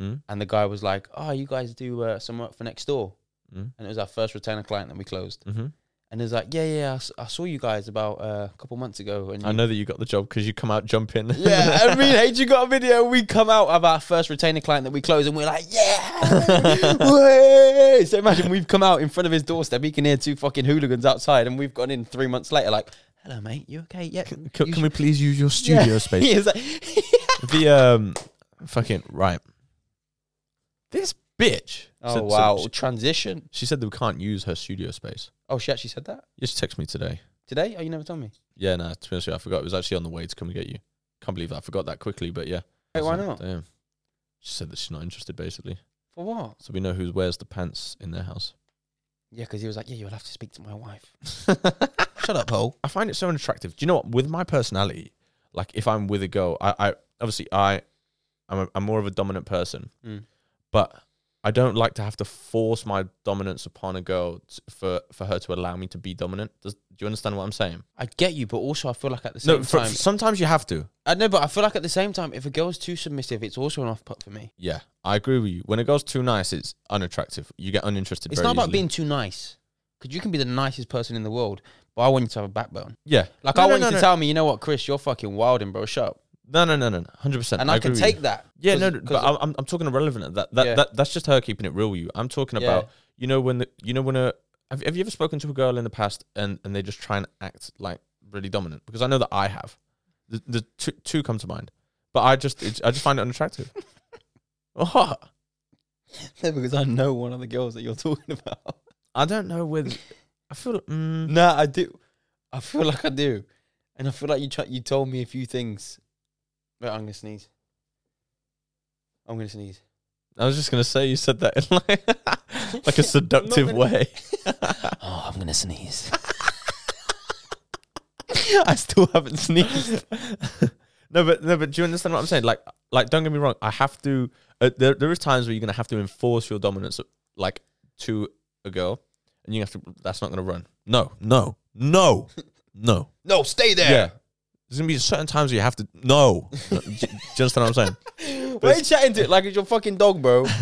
Speaker 2: Mm?
Speaker 1: and the guy was like, "Oh, you guys do uh, some work for next door,"
Speaker 2: Mm?
Speaker 1: and it was our first retainer client that we closed.
Speaker 2: hmm
Speaker 1: And he was like, "Yeah, yeah, I s- I, saw you guys about uh, a couple months ago." And
Speaker 2: I
Speaker 1: you-
Speaker 2: know that you got the job because you come out jumping.
Speaker 1: Yeah, I mean, hey, you got a video. We come out of our first retainer client that we close, and we're like, yeah, way. So imagine we've come out in front of his doorstep. He can hear two fucking hooligans outside, and we've gone in three months later. Like, hello, mate, you okay? Yeah.
Speaker 2: can,
Speaker 1: you
Speaker 2: can we please use your studio
Speaker 1: should-"
Speaker 2: space?
Speaker 1: He is like,
Speaker 2: The um, fucking right. This bitch.
Speaker 1: oh
Speaker 2: said-
Speaker 1: wow,
Speaker 2: said-
Speaker 1: transition.
Speaker 2: she said that we can't use her studio space.
Speaker 1: Oh, she actually said that
Speaker 2: You just text me today.
Speaker 1: today. Oh, you never told me.
Speaker 2: Yeah, no, to be honest with you, I forgot it was actually on the way to come and get you. Can't believe I forgot that quickly, but yeah.
Speaker 1: Wait, why
Speaker 2: So,
Speaker 1: not?
Speaker 2: Damn. She said that she's not interested, basically.
Speaker 1: For what?
Speaker 2: So we know who wears the pants in their house.
Speaker 1: Yeah, because he was like, yeah, you'll have to speak to my wife.
Speaker 2: Shut
Speaker 1: up, Paul.
Speaker 2: I find it so unattractive. Do you know what? With my personality, like if I'm with a girl, I, I obviously I, I'm, a, I'm more of a dominant person,
Speaker 1: Mm.
Speaker 2: but I don't like to have to force my dominance upon a girl t- for for her to allow me to be dominant. Does, do you understand what I'm saying?
Speaker 1: I get you, but also I feel like at the same
Speaker 2: no, for,
Speaker 1: time,
Speaker 2: sometimes you have to.
Speaker 1: I know, but I feel like at the same time, if a girl's too submissive, it's also an off put for me.
Speaker 2: Yeah, I agree with you. When a girl's too nice, it's unattractive. You get uninterested.
Speaker 1: It's
Speaker 2: very
Speaker 1: not about
Speaker 2: easily.
Speaker 1: being too nice, because you can be the nicest person in the world, but I want you to have a backbone.
Speaker 2: Yeah,
Speaker 1: Like
Speaker 2: No,
Speaker 1: I
Speaker 2: no,
Speaker 1: want
Speaker 2: no,
Speaker 1: you to
Speaker 2: no.
Speaker 1: tell me, you know what, Chris, you're fucking wilding, bro. Shut up.
Speaker 2: No, no, no, no, hundred percent.
Speaker 1: And I, can take that.
Speaker 2: Yeah,
Speaker 1: 'Cause-
Speaker 2: no, no, but
Speaker 1: 'cause-
Speaker 2: I'm, I'm I'm talking irrelevant. at That that,
Speaker 1: Yeah.
Speaker 2: that that's just her keeping it real. With you, I'm talking
Speaker 1: Yeah.
Speaker 2: about you know when the, you know when a have, have you ever spoken to a girl in the past and and they just try and act like really dominant? Because I know that I have. The, the two, two come to mind, but I just it's, I just find it unattractive. What?
Speaker 1: Yeah, because I know one of the girls that you're talking about.
Speaker 2: I don't know whether I feel. Mm,
Speaker 1: nah, I do. I feel like I do, and I feel like you tr- you told me a few things. Wait, I'm gonna sneeze. I'm gonna sneeze.
Speaker 2: I was just gonna say you said that in like like a seductive
Speaker 1: gonna-
Speaker 2: way.
Speaker 1: Oh, I'm gonna sneeze. I still haven't sneezed.
Speaker 2: No, but no, but do you understand what I'm saying? Like, like, don't get me wrong. I have to. Uh, there, there is times where you're gonna have to enforce your dominance, like to a girl, and you have to. That's not gonna run. No, no, no, no.
Speaker 1: No, stay
Speaker 2: Yeah.
Speaker 1: there.
Speaker 2: there's gonna be certain times where you have to. No, do, do you understand what I'm saying?
Speaker 1: Why are you chatting to it like it's your fucking dog, bro?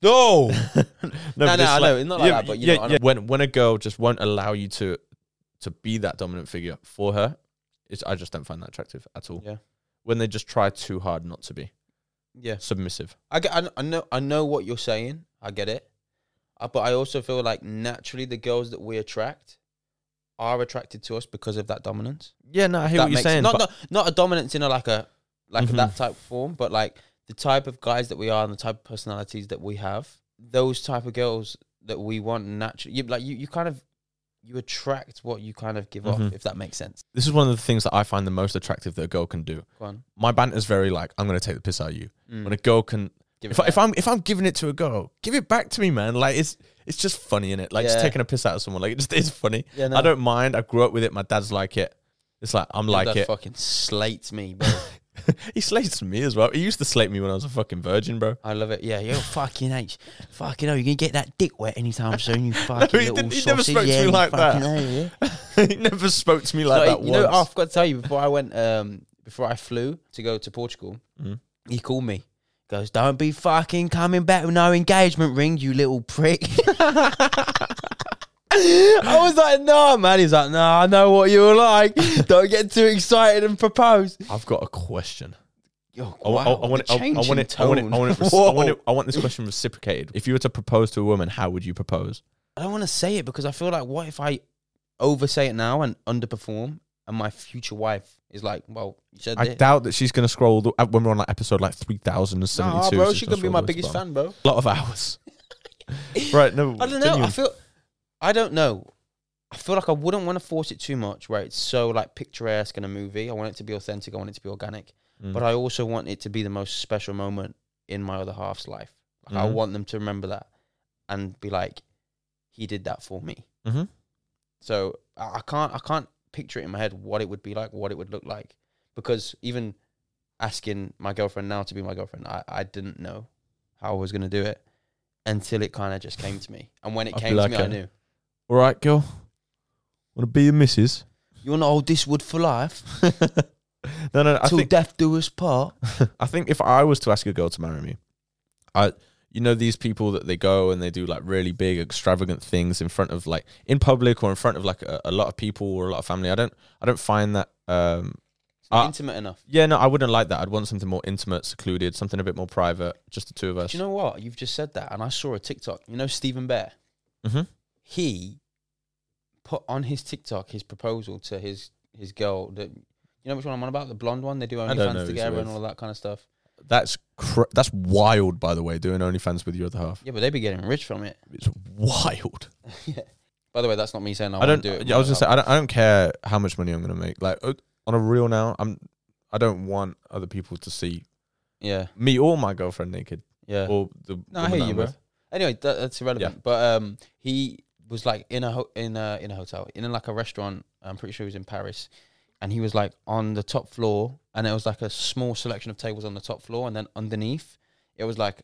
Speaker 2: No, no,
Speaker 1: no,
Speaker 2: but
Speaker 1: I
Speaker 2: like-
Speaker 1: know, it's not like that, but you know, I know.
Speaker 2: when when a girl just won't allow you to to be that dominant figure for her, it's I just don't find that attractive at all.
Speaker 1: Yeah.
Speaker 2: when they just try too hard not to be
Speaker 1: Yeah,
Speaker 2: submissive.
Speaker 1: I get, I, kn- I know, I know what you're saying. I get it, Uh, but I also feel like naturally the girls that we attract are attracted to us because of that dominance.
Speaker 2: Yeah, no, I hear
Speaker 1: that
Speaker 2: what you're
Speaker 1: makes-
Speaker 2: saying.
Speaker 1: Not,
Speaker 2: but-
Speaker 1: not not a dominance in a like a like
Speaker 2: Mhm.
Speaker 1: that type of form, but like the type of guys that we are and the type of personalities that we have. Those type of girls that we want naturally, you, like you, you kind of you attract what you kind of give off,
Speaker 2: Mhm.
Speaker 1: if that makes sense.
Speaker 2: this is one of the things that I find the most attractive that a girl can do.
Speaker 1: Go on. Mm.
Speaker 2: My banter is very like, I'm gonna take the piss out of you. When a girl can,
Speaker 1: Give it
Speaker 2: if, I,
Speaker 1: back.
Speaker 2: if I'm if I'm giving it to a girl, give it back to me, man. Like it's it's just funny in it. Like just
Speaker 1: Yeah.
Speaker 2: taking a piss out of someone, like it just is funny.
Speaker 1: Yeah, no.
Speaker 2: I don't mind. I grew up with it. My dad's like it. It's like I'm
Speaker 1: Your
Speaker 2: like
Speaker 1: dad
Speaker 2: it.
Speaker 1: fucking slates me, bro.
Speaker 2: he slates me as well. He used to slate me when I was a fucking virgin, bro.
Speaker 1: I love it. Yeah, you're fucking H. Fucking hell, you're gonna get that dick wet anytime soon. You fucking
Speaker 2: he
Speaker 1: little
Speaker 2: didn't- he
Speaker 1: sausage.
Speaker 2: never spoke to
Speaker 1: yeah,
Speaker 2: me
Speaker 1: you
Speaker 2: like that.
Speaker 1: fucking hell, yeah.
Speaker 2: he never spoke to me like
Speaker 1: So,
Speaker 2: that
Speaker 1: you know, oh, I
Speaker 2: once.
Speaker 1: forgot to tell you before I went, um, before I flew to go to Portugal,
Speaker 2: Mhm.
Speaker 1: he called me. Goes, don't be fucking coming back with no engagement ring, you little prick. I was like, no, man. He's like, no, I know what you're like. Don't get too excited and propose.
Speaker 2: I've got a question.
Speaker 1: Oh,
Speaker 2: I, wa- I- I
Speaker 1: wow,
Speaker 2: want it,
Speaker 1: the
Speaker 2: I, I
Speaker 1: change
Speaker 2: want
Speaker 1: in
Speaker 2: it, I want it, I want it,
Speaker 1: tone.
Speaker 2: res- I want
Speaker 1: Whoa.
Speaker 2: it, I want this question reciprocated. If you were to propose to a woman, how would you propose?
Speaker 1: I don't want to say it because I feel like what if I oversay it now and underperform, and my future wife is like, "Well, you said
Speaker 2: I
Speaker 1: this."
Speaker 2: doubt that she's gonna scroll the, uh, when we're on like episode like three thousand and seventy
Speaker 1: Nah,
Speaker 2: two.
Speaker 1: bro, she could be my biggest fan, bro.
Speaker 2: A lot of hours. right? No,
Speaker 1: I don't know. I feel, I don't know. I feel like I wouldn't want to force it too much, where it's so like picturesque in a movie. I want it to be authentic. I want it to be organic,
Speaker 2: Mm.
Speaker 1: but I also want it to be the most special moment in my other half's life. Like I
Speaker 2: Mhm.
Speaker 1: want them to remember that and be like, he did that for me.
Speaker 2: Mm-hmm.
Speaker 1: So I I can't I can't picture it in my head what it would be like, what it would look like, because even asking my girlfriend now to be my girlfriend, I, I didn't know how I was gonna do it until it kind of just came to me. And when it
Speaker 2: I'd be
Speaker 1: came
Speaker 2: like
Speaker 1: to me, I
Speaker 2: a-
Speaker 1: knew
Speaker 2: All right, girl. Want to be your missus?
Speaker 1: you want to hold this wood for life
Speaker 2: no, no. I
Speaker 1: till
Speaker 2: think
Speaker 1: death do us part.
Speaker 2: I think if I was to ask a girl to marry me, I you know these people that they go and they do like really big extravagant things in front of like in public or in front of like a, a lot of people or a lot of family. I don't I don't find that um
Speaker 1: It's
Speaker 2: Ah.
Speaker 1: intimate enough.
Speaker 2: yeah no I wouldn't like that. I'd want something more intimate, secluded, something a bit more private, just the two of us.
Speaker 1: Do you know what? You've just said that, and I saw a TikTok. You know Stephen Bear.
Speaker 2: mm-hmm.
Speaker 1: he put on his TikTok his proposal to his his girl. That you know which one I'm on about, the blonde one. They do
Speaker 2: I don't know
Speaker 1: OnlyFans
Speaker 2: who's
Speaker 1: together and
Speaker 2: with.
Speaker 1: all that kind of stuff.
Speaker 2: That's cr- that's wild, by the way. Doing OnlyFans with your other half,
Speaker 1: Yeah, but they be getting rich from it.
Speaker 2: it's wild.
Speaker 1: yeah. By the way, that's not me saying I,
Speaker 2: I, don't.
Speaker 1: want to do it.
Speaker 2: yeah, I was gonna say I don't. I don't care how much money I'm gonna make. Like uh, on a real now, I'm. I don't want other people to see
Speaker 1: Yeah,
Speaker 2: me or my girlfriend naked
Speaker 1: yeah.
Speaker 2: or the.
Speaker 1: no, I
Speaker 2: woman
Speaker 1: hear
Speaker 2: I'm
Speaker 1: you, bro.
Speaker 2: with.
Speaker 1: Anyway, that, that's irrelevant. But um, he was like in a ho- in a in a hotel in like a restaurant. I'm pretty sure he was in Paris, and he was like on the top floor, and it was like a small selection of tables on the top floor, and then underneath it was like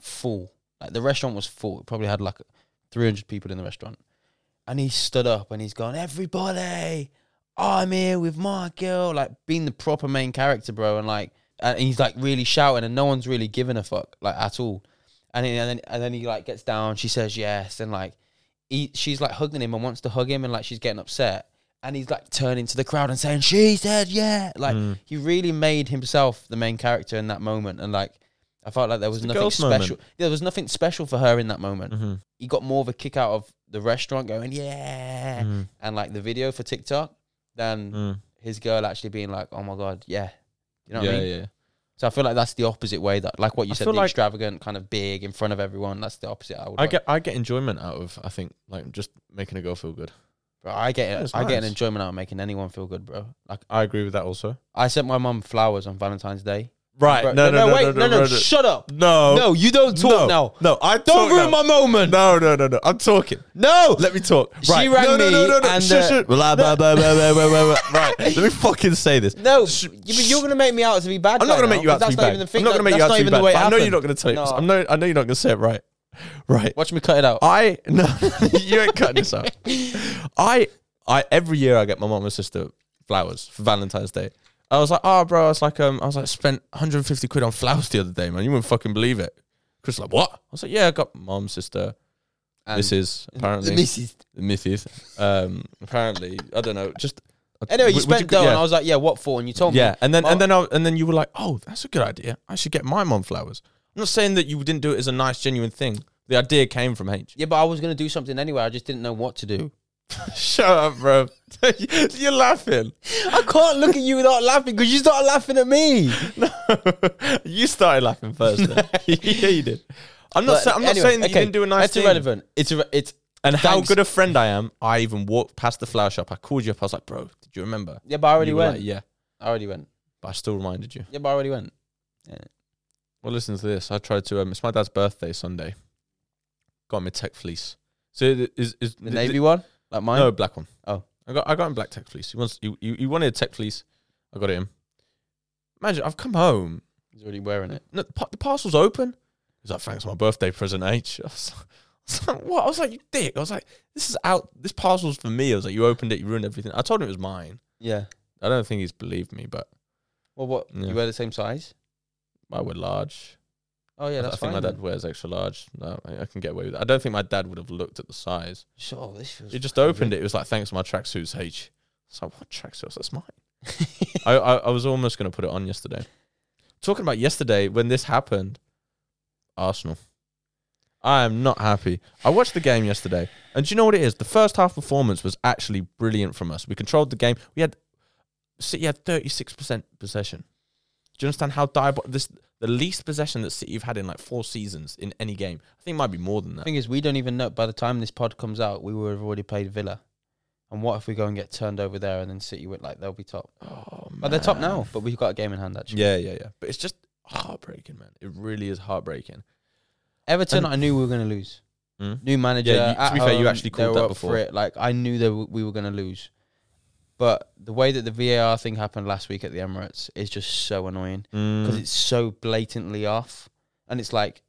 Speaker 1: full. Like the restaurant was full. It probably had like 300 people in the restaurant, and he stood up and he's gone, everybody. I'm here with my girl, like being the proper main character, bro, and like, and he's like really shouting, and no one's really giving a fuck, like at all. And then, and then and then he like gets down. She says yes, and like he, she's like hugging him and wants to hug him, and like she's getting upset. And he's like turning to the crowd and saying, "She said yeah." Like
Speaker 2: Mm.
Speaker 1: he really made himself the main character in that moment, and like I felt like there was
Speaker 2: the
Speaker 1: nothing
Speaker 2: girl's moment.
Speaker 1: special. There was nothing special for her in that moment.
Speaker 2: Mhm,
Speaker 1: He got more of a kick out of the restaurant going yeah,
Speaker 2: mhm,
Speaker 1: and like the video for TikTok than
Speaker 2: mhm.
Speaker 1: his girl actually being like, "Oh my god, yeah." You know what
Speaker 2: yeah,
Speaker 1: I mean?
Speaker 2: yeah.
Speaker 1: So I feel like that's the opposite way that, like what you
Speaker 2: I
Speaker 1: said, the
Speaker 2: feel like-
Speaker 1: extravagant kind of big in front of everyone. That's the opposite. I would.
Speaker 2: I
Speaker 1: like.
Speaker 2: get I get enjoyment out of I think like just making a girl feel good.
Speaker 1: Bro, I get.
Speaker 2: Yeah, it's
Speaker 1: I get an
Speaker 2: nice.
Speaker 1: enjoyment out of making anyone feel good, bro. Like
Speaker 2: I agree with that also.
Speaker 1: I sent my mum flowers on Valentine's Day.
Speaker 2: Right?
Speaker 1: Bro,
Speaker 2: no, no, no,
Speaker 1: wait,
Speaker 2: no, no, no, no,
Speaker 1: Shut up.
Speaker 2: no,
Speaker 1: No, you don't
Speaker 2: no,
Speaker 1: talk now.
Speaker 2: No, I
Speaker 1: Don't
Speaker 2: talk
Speaker 1: ruin
Speaker 2: now.
Speaker 1: my moment.
Speaker 2: No, no, no, no. I'm talking.
Speaker 1: No.
Speaker 2: Let me talk.
Speaker 1: She
Speaker 2: Right.
Speaker 1: rang
Speaker 2: no, no,
Speaker 1: me
Speaker 2: no, no, no.
Speaker 1: and,
Speaker 2: Shut,
Speaker 1: uh,
Speaker 2: shut. Blah, blah, blah, blah, blah, blah, blah, blah. Right. Let me fucking say this.
Speaker 1: No,
Speaker 2: Sh-
Speaker 1: you- but you're gonna make me out to be bad.
Speaker 2: I'm not
Speaker 1: right
Speaker 2: gonna
Speaker 1: now,
Speaker 2: make you out to be
Speaker 1: because that's not
Speaker 2: bad.
Speaker 1: even the
Speaker 2: I'm
Speaker 1: thing.
Speaker 2: not gonna make you
Speaker 1: That's
Speaker 2: out to be
Speaker 1: even the
Speaker 2: bad.
Speaker 1: way it
Speaker 2: I know you're
Speaker 1: happened.
Speaker 2: not gonna tell.
Speaker 1: No.
Speaker 2: I know. I know you're not gonna say it right. Right.
Speaker 1: Watch me cut it out.
Speaker 2: I no. you ain't cutting this out. I I every year I get my mom and sister flowers for Valentine's Day. I was like, oh, bro. I was like, um, I was like, spent 150 quid on flowers the other day, man. You wouldn't fucking believe it. Chris was like, what? I was like, yeah, I got mom, sister,
Speaker 1: And
Speaker 2: missus,
Speaker 1: the
Speaker 2: apparently.
Speaker 1: missus.
Speaker 2: The missus. Um, apparently, I don't know. Just uh,
Speaker 1: Anyway, you
Speaker 2: Would- would
Speaker 1: spent
Speaker 2: go-
Speaker 1: dough,
Speaker 2: yeah.
Speaker 1: and I was like, "Yeah, what for?" And you told me,
Speaker 2: yeah, and then
Speaker 1: Mom-
Speaker 2: and then I, and then you were like, "Oh, that's a good idea. I should get my mom flowers." I'm not saying that you didn't do it as a nice, genuine thing. The idea came from H.
Speaker 1: "Yeah, but I was gonna do something anyway. I just didn't know what to do."
Speaker 2: Shut up, bro. You're laughing.
Speaker 1: I can't look at you without laughing because you start laughing at me.
Speaker 2: you started laughing first. then. yeah, you did. I'm not.
Speaker 1: But
Speaker 2: sa- I'm not
Speaker 1: anyway,
Speaker 2: saying that
Speaker 1: okay,
Speaker 2: you didn't do a nice
Speaker 1: That's
Speaker 2: thing.
Speaker 1: irrelevant. It's irre- it's
Speaker 2: And how
Speaker 1: Thanks.
Speaker 2: good a friend I am, I even walked past the flower shop. I called you up. I was like, "Bro, did you remember?"
Speaker 1: yeah, but I already
Speaker 2: You were
Speaker 1: went.
Speaker 2: like, yeah,
Speaker 1: I already went.
Speaker 2: but I still reminded you.
Speaker 1: Yeah, but I already went.
Speaker 2: Well, listen to this. I tried to. Um, it's my dad's birthday Sunday. Got him a tech fleece. So it is is
Speaker 1: The navy one, like mine.
Speaker 2: No, black one.
Speaker 1: Oh.
Speaker 2: I got I got him black tech fleece. He wants you you, he wanted a tech fleece. I got it him. Imagine I've come home.
Speaker 1: He's already wearing it.
Speaker 2: No, the, pa- the parcel's open. He's like, thanks, my birthday present, H. I was like- I was like, what? I was like, you dick. I was like, this is out. This parcel's for me. I was like, you opened it, you ruined everything. I told him it was mine.
Speaker 1: Yeah.
Speaker 2: I don't think he's believed me, but
Speaker 1: Well, what
Speaker 2: Yeah.
Speaker 1: you wear the same size?
Speaker 2: I wear large.
Speaker 1: Oh yeah,
Speaker 2: I
Speaker 1: that's
Speaker 2: think
Speaker 1: fine.
Speaker 2: my dad
Speaker 1: then.
Speaker 2: wears extra large. No, I, I can get away with it. I don't think my dad would have looked at the size.
Speaker 1: Sure, this feels.
Speaker 2: He just opened it. It was like, thanks for my tracksuits, H. It's like, what tracksuits? That's mine. I, I, I was almost going to put it on yesterday. Talking about yesterday, when this happened, Arsenal. I am not happy. I watched the game yesterday, and do you know what it is? The first half performance was actually brilliant from us. We controlled the game. We had City had thirty six percent possession. Do you understand how diabol- this the least possession that City have had in like four seasons in any game? I think it might be more than
Speaker 1: The
Speaker 2: that.
Speaker 1: thing is, we don't even know. By the time this pod comes out, we would have already played Villa. And what if we go and get turned over there, and then City would like they'll be top?
Speaker 2: Oh,
Speaker 1: But they're top
Speaker 2: man.
Speaker 1: now. But we've got a game in hand actually.
Speaker 2: Yeah, yeah, yeah. But it's just heartbreaking, man. It really is heartbreaking.
Speaker 1: Everton,
Speaker 2: And-
Speaker 1: I knew we were going to lose.
Speaker 2: Mm.
Speaker 1: new manager.
Speaker 2: Yeah, you- to
Speaker 1: at
Speaker 2: be fair, you
Speaker 1: home,
Speaker 2: actually
Speaker 1: they
Speaker 2: called
Speaker 1: were
Speaker 2: that
Speaker 1: up
Speaker 2: before.
Speaker 1: For it. Like I knew that w- we were going to lose, but the way that the VAR thing happened last week at the Emirates is just so annoying
Speaker 2: Mm.
Speaker 1: because it's so blatantly off, and it's like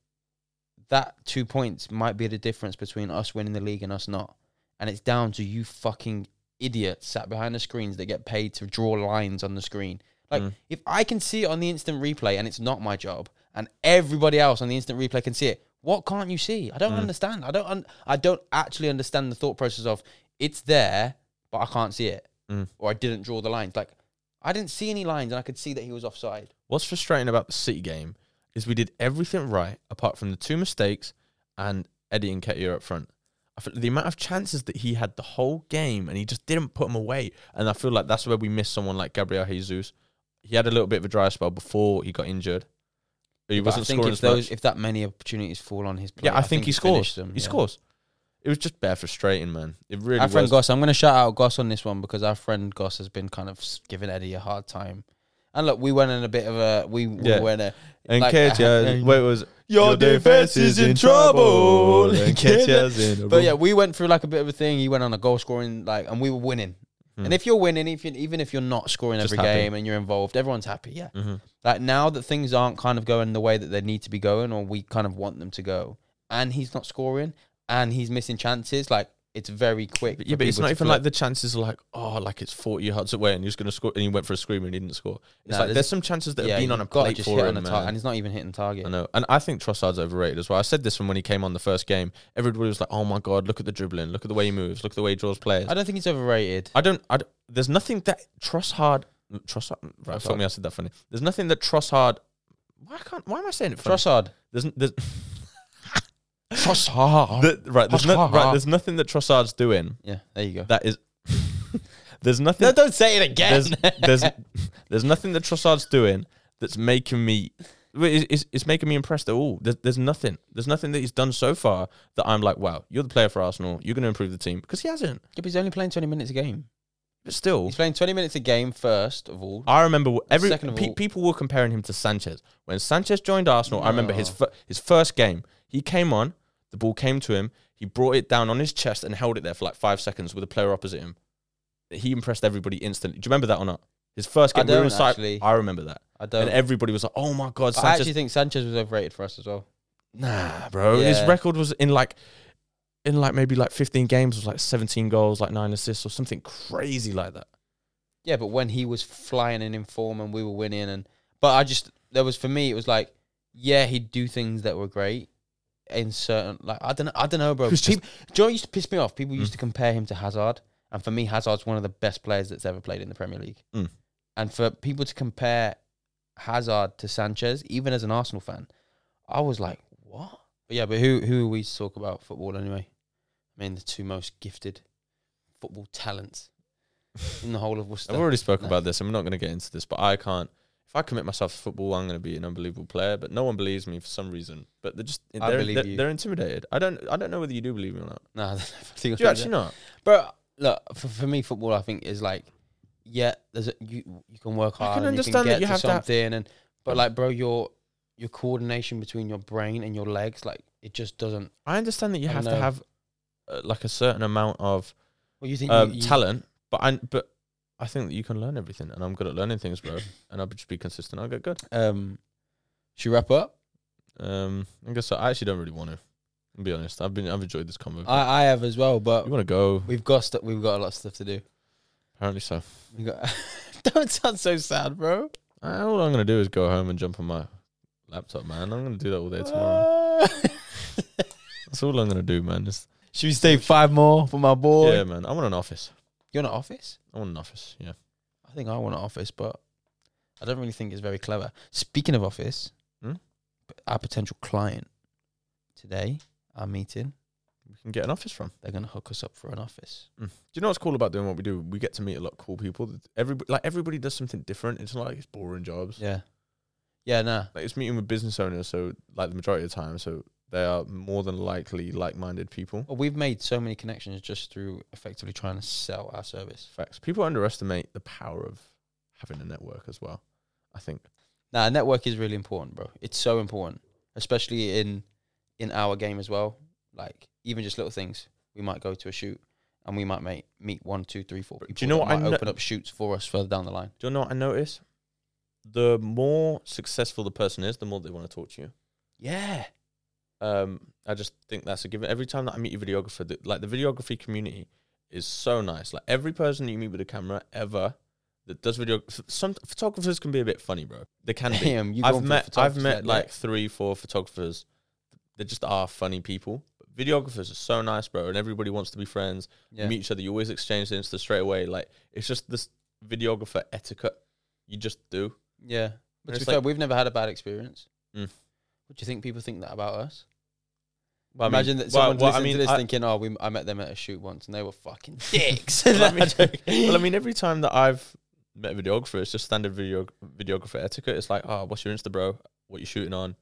Speaker 1: that two points might be the difference between us winning the league and us not, and it's down to you fucking idiots sat behind the screens that get paid to draw lines on the screen. Like
Speaker 2: Mm.
Speaker 1: if I can see it on the instant replay and it's not my job, and everybody else on the instant replay can see it, what can't you see? I don't
Speaker 2: Mm.
Speaker 1: understand. I don't. Un- I don't actually understand the thought process of it's there, but I can't see it,
Speaker 2: Mm.
Speaker 1: or I didn't draw the lines. Like I didn't see any lines, and I could see that he was offside.
Speaker 2: What's frustrating about the City game is we did everything right apart from the two mistakes and Eddie and Nketiah up front. I feel the amount of chances that he had the whole game and he just didn't put them away. And I feel like that's where we missed someone like Gabriel Jesus. He had a little bit of a dry spell before he got injured. He
Speaker 1: But
Speaker 2: wasn't
Speaker 1: I think
Speaker 2: scoring
Speaker 1: if
Speaker 2: as much.
Speaker 1: those, if that many opportunities fall on his plate,
Speaker 2: yeah, I, think, he
Speaker 1: finished
Speaker 2: scores.
Speaker 1: Them,
Speaker 2: he
Speaker 1: yeah.
Speaker 2: scores. It was just bare frustrating, man. It really
Speaker 1: our friend
Speaker 2: was.
Speaker 1: Goss, I'm going to shout out Goss on this one because our friend Goss has been kind of s- giving Eddie a hard time. And look, we went in a bit of a we, we
Speaker 2: Yeah.
Speaker 1: went a
Speaker 2: and
Speaker 1: like,
Speaker 2: Nketiah,
Speaker 1: uh,
Speaker 2: wait, was
Speaker 1: Your defense is in trouble.
Speaker 2: Nketiah's in.
Speaker 1: But yeah, we went through like a bit of a thing. He went on a goal scoring like, and we were winning.
Speaker 2: Hmm.
Speaker 1: And if you're winning, if you, even if you're not scoring
Speaker 2: Just
Speaker 1: every
Speaker 2: happy.
Speaker 1: game and you're involved, everyone's happy. Yeah.
Speaker 2: Mhm.
Speaker 1: Like now that things aren't kind of going the way that they need to be going, or we kind of want them to go, and he's not scoring, and he's missing chances. Like it's very quick.
Speaker 2: But
Speaker 1: for
Speaker 2: yeah, but it's
Speaker 1: people
Speaker 2: not
Speaker 1: to
Speaker 2: even
Speaker 1: flip.
Speaker 2: like the chances are like, oh, like it's 40 yards away and he was going to score and he went for a screamer and he didn't score. It's
Speaker 1: Nah,
Speaker 2: like
Speaker 1: there's-
Speaker 2: there's some chances that
Speaker 1: Yeah,
Speaker 2: have been on a
Speaker 1: you've gotta
Speaker 2: plate
Speaker 1: just
Speaker 2: for
Speaker 1: hit
Speaker 2: him,
Speaker 1: on a tar-
Speaker 2: man.
Speaker 1: and he's not even hitting target.
Speaker 2: I know. And I think Trossard's overrated as well. I said this from when he came on the first game. Everybody was like, oh my God, look at the dribbling. Look at the way he moves. Look at the way he draws players.
Speaker 1: I don't think he's overrated.
Speaker 2: I don't, I don't there's nothing that Trossard, Trossard, right, fuck
Speaker 1: Trossard.
Speaker 2: me, I said that funny. There's nothing that Trossard, why can't, why am I saying it funny?
Speaker 1: Trossard.
Speaker 2: There's, n- there's,
Speaker 1: Trossard.
Speaker 2: the- right, there's no, right, there's nothing that Trossard's doing
Speaker 1: Yeah, there you go.
Speaker 2: that is, there's nothing.
Speaker 1: No, don't say it again.
Speaker 2: there's there's there's nothing that Trossard's doing that's making me well, it's, it's- it's making me impressed at all. There's, there's nothing. There's nothing that he's done so far that I'm like, wow, you're the player for Arsenal. You're going to improve the team because he hasn't.
Speaker 1: Yeah, but he's only playing 20 minutes a game.
Speaker 2: But still,
Speaker 1: He's playing 20 minutes a game first of all.
Speaker 2: I remember wh- every
Speaker 1: Second of
Speaker 2: pe-
Speaker 1: all-
Speaker 2: people were comparing him to Sanchez when Sanchez joined Arsenal. I remember his fir- his first game. He came on, the ball came to him. He brought it down on his chest and held it there for like five seconds with a player opposite him. He impressed everybody instantly. Do you remember that or not? His first
Speaker 1: I
Speaker 2: game. we were in
Speaker 1: don't
Speaker 2: Cy-
Speaker 1: actually.
Speaker 2: I remember that.
Speaker 1: I don't.
Speaker 2: and everybody was like, "Oh my god,
Speaker 1: I
Speaker 2: Sanchez!"
Speaker 1: actually think Sanchez was overrated for us as well.
Speaker 2: nah, bro, his
Speaker 1: Yeah.
Speaker 2: record was in like, in like maybe like 15 games was like 17 goals, like nine assists or something crazy like that.
Speaker 1: Yeah, but when he was flying and in form and we were winning, and but I just there was for me it was like, yeah, he'd do things that were great in certain like I don't I don't know, bro.
Speaker 2: It was just-
Speaker 1: People, do you know what used to piss me off? People used
Speaker 2: Mm.
Speaker 1: to compare him to Hazard, and for me, Hazard's one of the best players that's ever played in the Premier League.
Speaker 2: Mm.
Speaker 1: And for people to compare Hazard to Sanchez, even as an Arsenal fan, I was like, what? But yeah, but who who are we to talk about football anyway? I mean, the two most gifted football talents in the whole of Worcester.
Speaker 2: I've already spoken
Speaker 1: No.
Speaker 2: about this. I'm not going to get into this, but I can't. If I commit myself to football, I'm going to be an unbelievable player. But no one believes me for some reason. But they're just they're,
Speaker 1: I believe
Speaker 2: they're,
Speaker 1: you.
Speaker 2: they're intimidated. I don't I don't know whether you do believe me or not.
Speaker 1: No, I think
Speaker 2: Do you actually not?
Speaker 1: But look, for, for me, football I think is like, yeah, there's a, you you can work
Speaker 2: I
Speaker 1: hard
Speaker 2: can
Speaker 1: and
Speaker 2: understand that you
Speaker 1: you can get to
Speaker 2: have to have-
Speaker 1: something, and but like, bro, your your coordination between your brain and your legs, like, it just doesn't.
Speaker 2: I understand that you
Speaker 1: I
Speaker 2: have to
Speaker 1: know.
Speaker 2: have uh, like a certain amount of
Speaker 1: Well, you think
Speaker 2: um,
Speaker 1: you, you,
Speaker 2: talent, but I but I think that you can learn everything, and I'm good at learning things, bro. and I'll just be consistent. I'll get good.
Speaker 1: Um, should we wrap up?
Speaker 2: Um, I guess I actually don't really want to. I'll be honest. I've been I've enjoyed this convo.
Speaker 1: I I have as well, but
Speaker 2: you want to go?
Speaker 1: we've got stu we've got a lot of stuff to do.
Speaker 2: Apparently so.
Speaker 1: We got don't sound so sad, bro.
Speaker 2: Uh, all I'm gonna do is go home and jump on my laptop, man. I'm gonna do that all day tomorrow.
Speaker 1: Uh,
Speaker 2: That's all I'm gonna do, man. Just,
Speaker 1: should we stay five more for my boy?
Speaker 2: yeah, man. I want an office.
Speaker 1: You want an office?
Speaker 2: I want an office. Yeah.
Speaker 1: I think I want an office, but I don't really think it's very clever. Speaking of office,
Speaker 2: Hmm?
Speaker 1: our potential client today, our meeting,
Speaker 2: We can get an office from.
Speaker 1: they're going to hook us up for an office.
Speaker 2: Do you know what's cool about doing what we do? We get to meet a lot of cool people. Everybody, like everybody, does something different. It's not like it's boring jobs.
Speaker 1: Yeah. Yeah, nah.
Speaker 2: like it's meeting with business owners, so like the majority of the time, so they are more than likely like-minded people.
Speaker 1: Well, we've made so many connections just through effectively trying to sell our service.
Speaker 2: Facts. People underestimate the power of having a network as well. I think.
Speaker 1: Nah, network is really important, bro. It's so important, especially in in our game as well. Like even just little things. We might go to a shoot and we might make, meet one, two, three, four
Speaker 2: Bro, do
Speaker 1: people.
Speaker 2: you know
Speaker 1: that
Speaker 2: what I
Speaker 1: might
Speaker 2: kno-
Speaker 1: open up shoots for us further down the line.
Speaker 2: Do you know what I notice? The more successful the person is, the more they want to talk to you.
Speaker 1: Yeah.
Speaker 2: Um, I just think that's a given. Every time that I meet a videographer, the, like the videography community is so nice. Like every person you meet with a camera ever that does video, some photographers can be a bit funny, bro. They can be.
Speaker 1: Damn, you
Speaker 2: I've
Speaker 1: going for
Speaker 2: met I've
Speaker 1: photography
Speaker 2: met
Speaker 1: that
Speaker 2: like
Speaker 1: day?
Speaker 2: three, four photographers. They just are funny people. But videographers are so nice, bro, and everybody wants to be friends. You
Speaker 1: yeah.
Speaker 2: meet each other. You always exchange the Insta straight away. Like it's just this videographer etiquette. You just do.
Speaker 1: Yeah.
Speaker 2: And
Speaker 1: But to be
Speaker 2: it's
Speaker 1: fair,
Speaker 2: like-
Speaker 1: we've never had a bad experience.
Speaker 2: Mm.
Speaker 1: What do you think people think that about us?
Speaker 2: Well, I mean-
Speaker 1: Imagine that
Speaker 2: well,
Speaker 1: someone's
Speaker 2: well,
Speaker 1: listening to this
Speaker 2: I-
Speaker 1: thinking, "Oh, we, I met them at a shoot once, and they were fucking dicks."
Speaker 2: well, I mean, well, I mean, every time that I've met a videographer, it's just standard video videographer etiquette. It's like, oh, what's your Insta, bro? What you shooting on?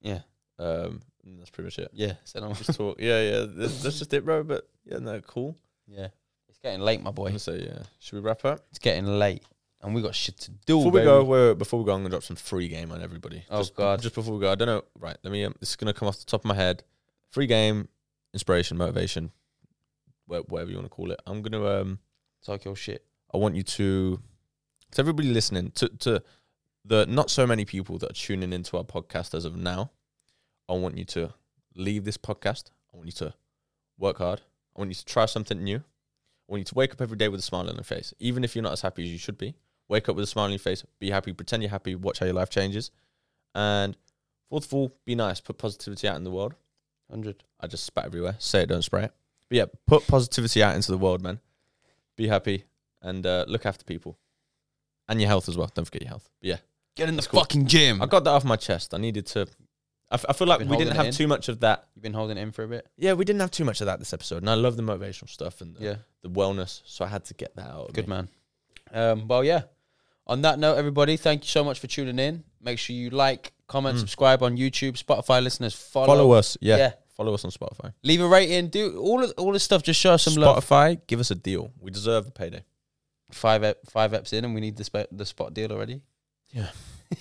Speaker 1: yeah,
Speaker 2: Um, and that's pretty much it.
Speaker 1: yeah. So I'm-
Speaker 2: Just talk. Yeah, yeah. That's, that's just it, bro. But yeah, no, cool.
Speaker 1: yeah, it's getting late, my boy.
Speaker 2: So yeah, should we wrap up?
Speaker 1: It's getting lait, and we got shit to do.
Speaker 2: Before we
Speaker 1: baby.
Speaker 2: go, wait, wait, before we go, I'm gonna drop some free game on everybody.
Speaker 1: Oh,
Speaker 2: just,
Speaker 1: God.
Speaker 2: Just before we go, I don't know. Right, let me. Um, this is gonna come off the top of my head. Free game, inspiration, motivation, wha- whatever you want to call it. I'm gonna um.
Speaker 1: talk your shit.
Speaker 2: I want you to to everybody listening to to the not so many people that are tuning into our podcast as of now. I want you to leave this podcast. I want you to work hard. I want you to try something new. I want you to wake up every day with a smile on your face, even if you're not as happy as you should be. Wake up with a smile on your face. Be happy. Pretend you're happy. Watch how your life changes. And fourth of all, be nice. Put positivity out in the world.
Speaker 1: Hundred.
Speaker 2: I just spat everywhere. Say it, don't spray it. But yeah, put positivity out into the world, man. Be happy and uh, look after people and your health as well. Don't forget your health. But yeah,
Speaker 1: Get in the
Speaker 2: That's cool.
Speaker 1: fucking gym.
Speaker 2: I got that off my chest. I needed to. I, f- I feel like
Speaker 1: Been
Speaker 2: we didn't
Speaker 1: holding it
Speaker 2: have too
Speaker 1: in.
Speaker 2: much of that.
Speaker 1: You've been holding it in for a bit.
Speaker 2: Yeah, we didn't have too much of that this episode. And I love the motivational stuff and the,
Speaker 1: Yeah,
Speaker 2: the wellness. So I had to get that out. Of
Speaker 1: good
Speaker 2: me.
Speaker 1: man. Um, well, yeah. On that note, everybody, thank you so much for tuning in. Make sure you like, comment,
Speaker 2: Mm.
Speaker 1: subscribe on YouTube. Spotify listeners, follow.
Speaker 2: Follow us. Yeah.
Speaker 1: Yeah.
Speaker 2: Follow us on Spotify.
Speaker 1: Leave a rating. Do all of, all this stuff. Just show us some love.
Speaker 2: Spotify, give us a deal. We deserve a payday.
Speaker 1: Five ep- five eps in, and we need the spe- the spot deal already.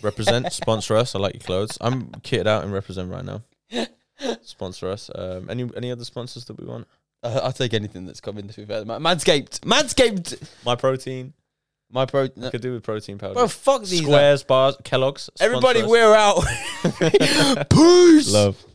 Speaker 2: Represent, sponsor us. I like your clothes. I'm kitted out and represent right now. Sponsor us. Um, any any other sponsors that we want?
Speaker 1: Uh, I'll take anything that's coming. To be fair, Ma- Manscaped, Manscaped.
Speaker 2: My protein.
Speaker 1: My pro, no,
Speaker 2: Could do with protein powder.
Speaker 1: bro, fuck these. like-
Speaker 2: Squares, bars, Kellogg's.
Speaker 1: everybody,
Speaker 2: sponsor us.
Speaker 1: we're out. Peace.
Speaker 2: love.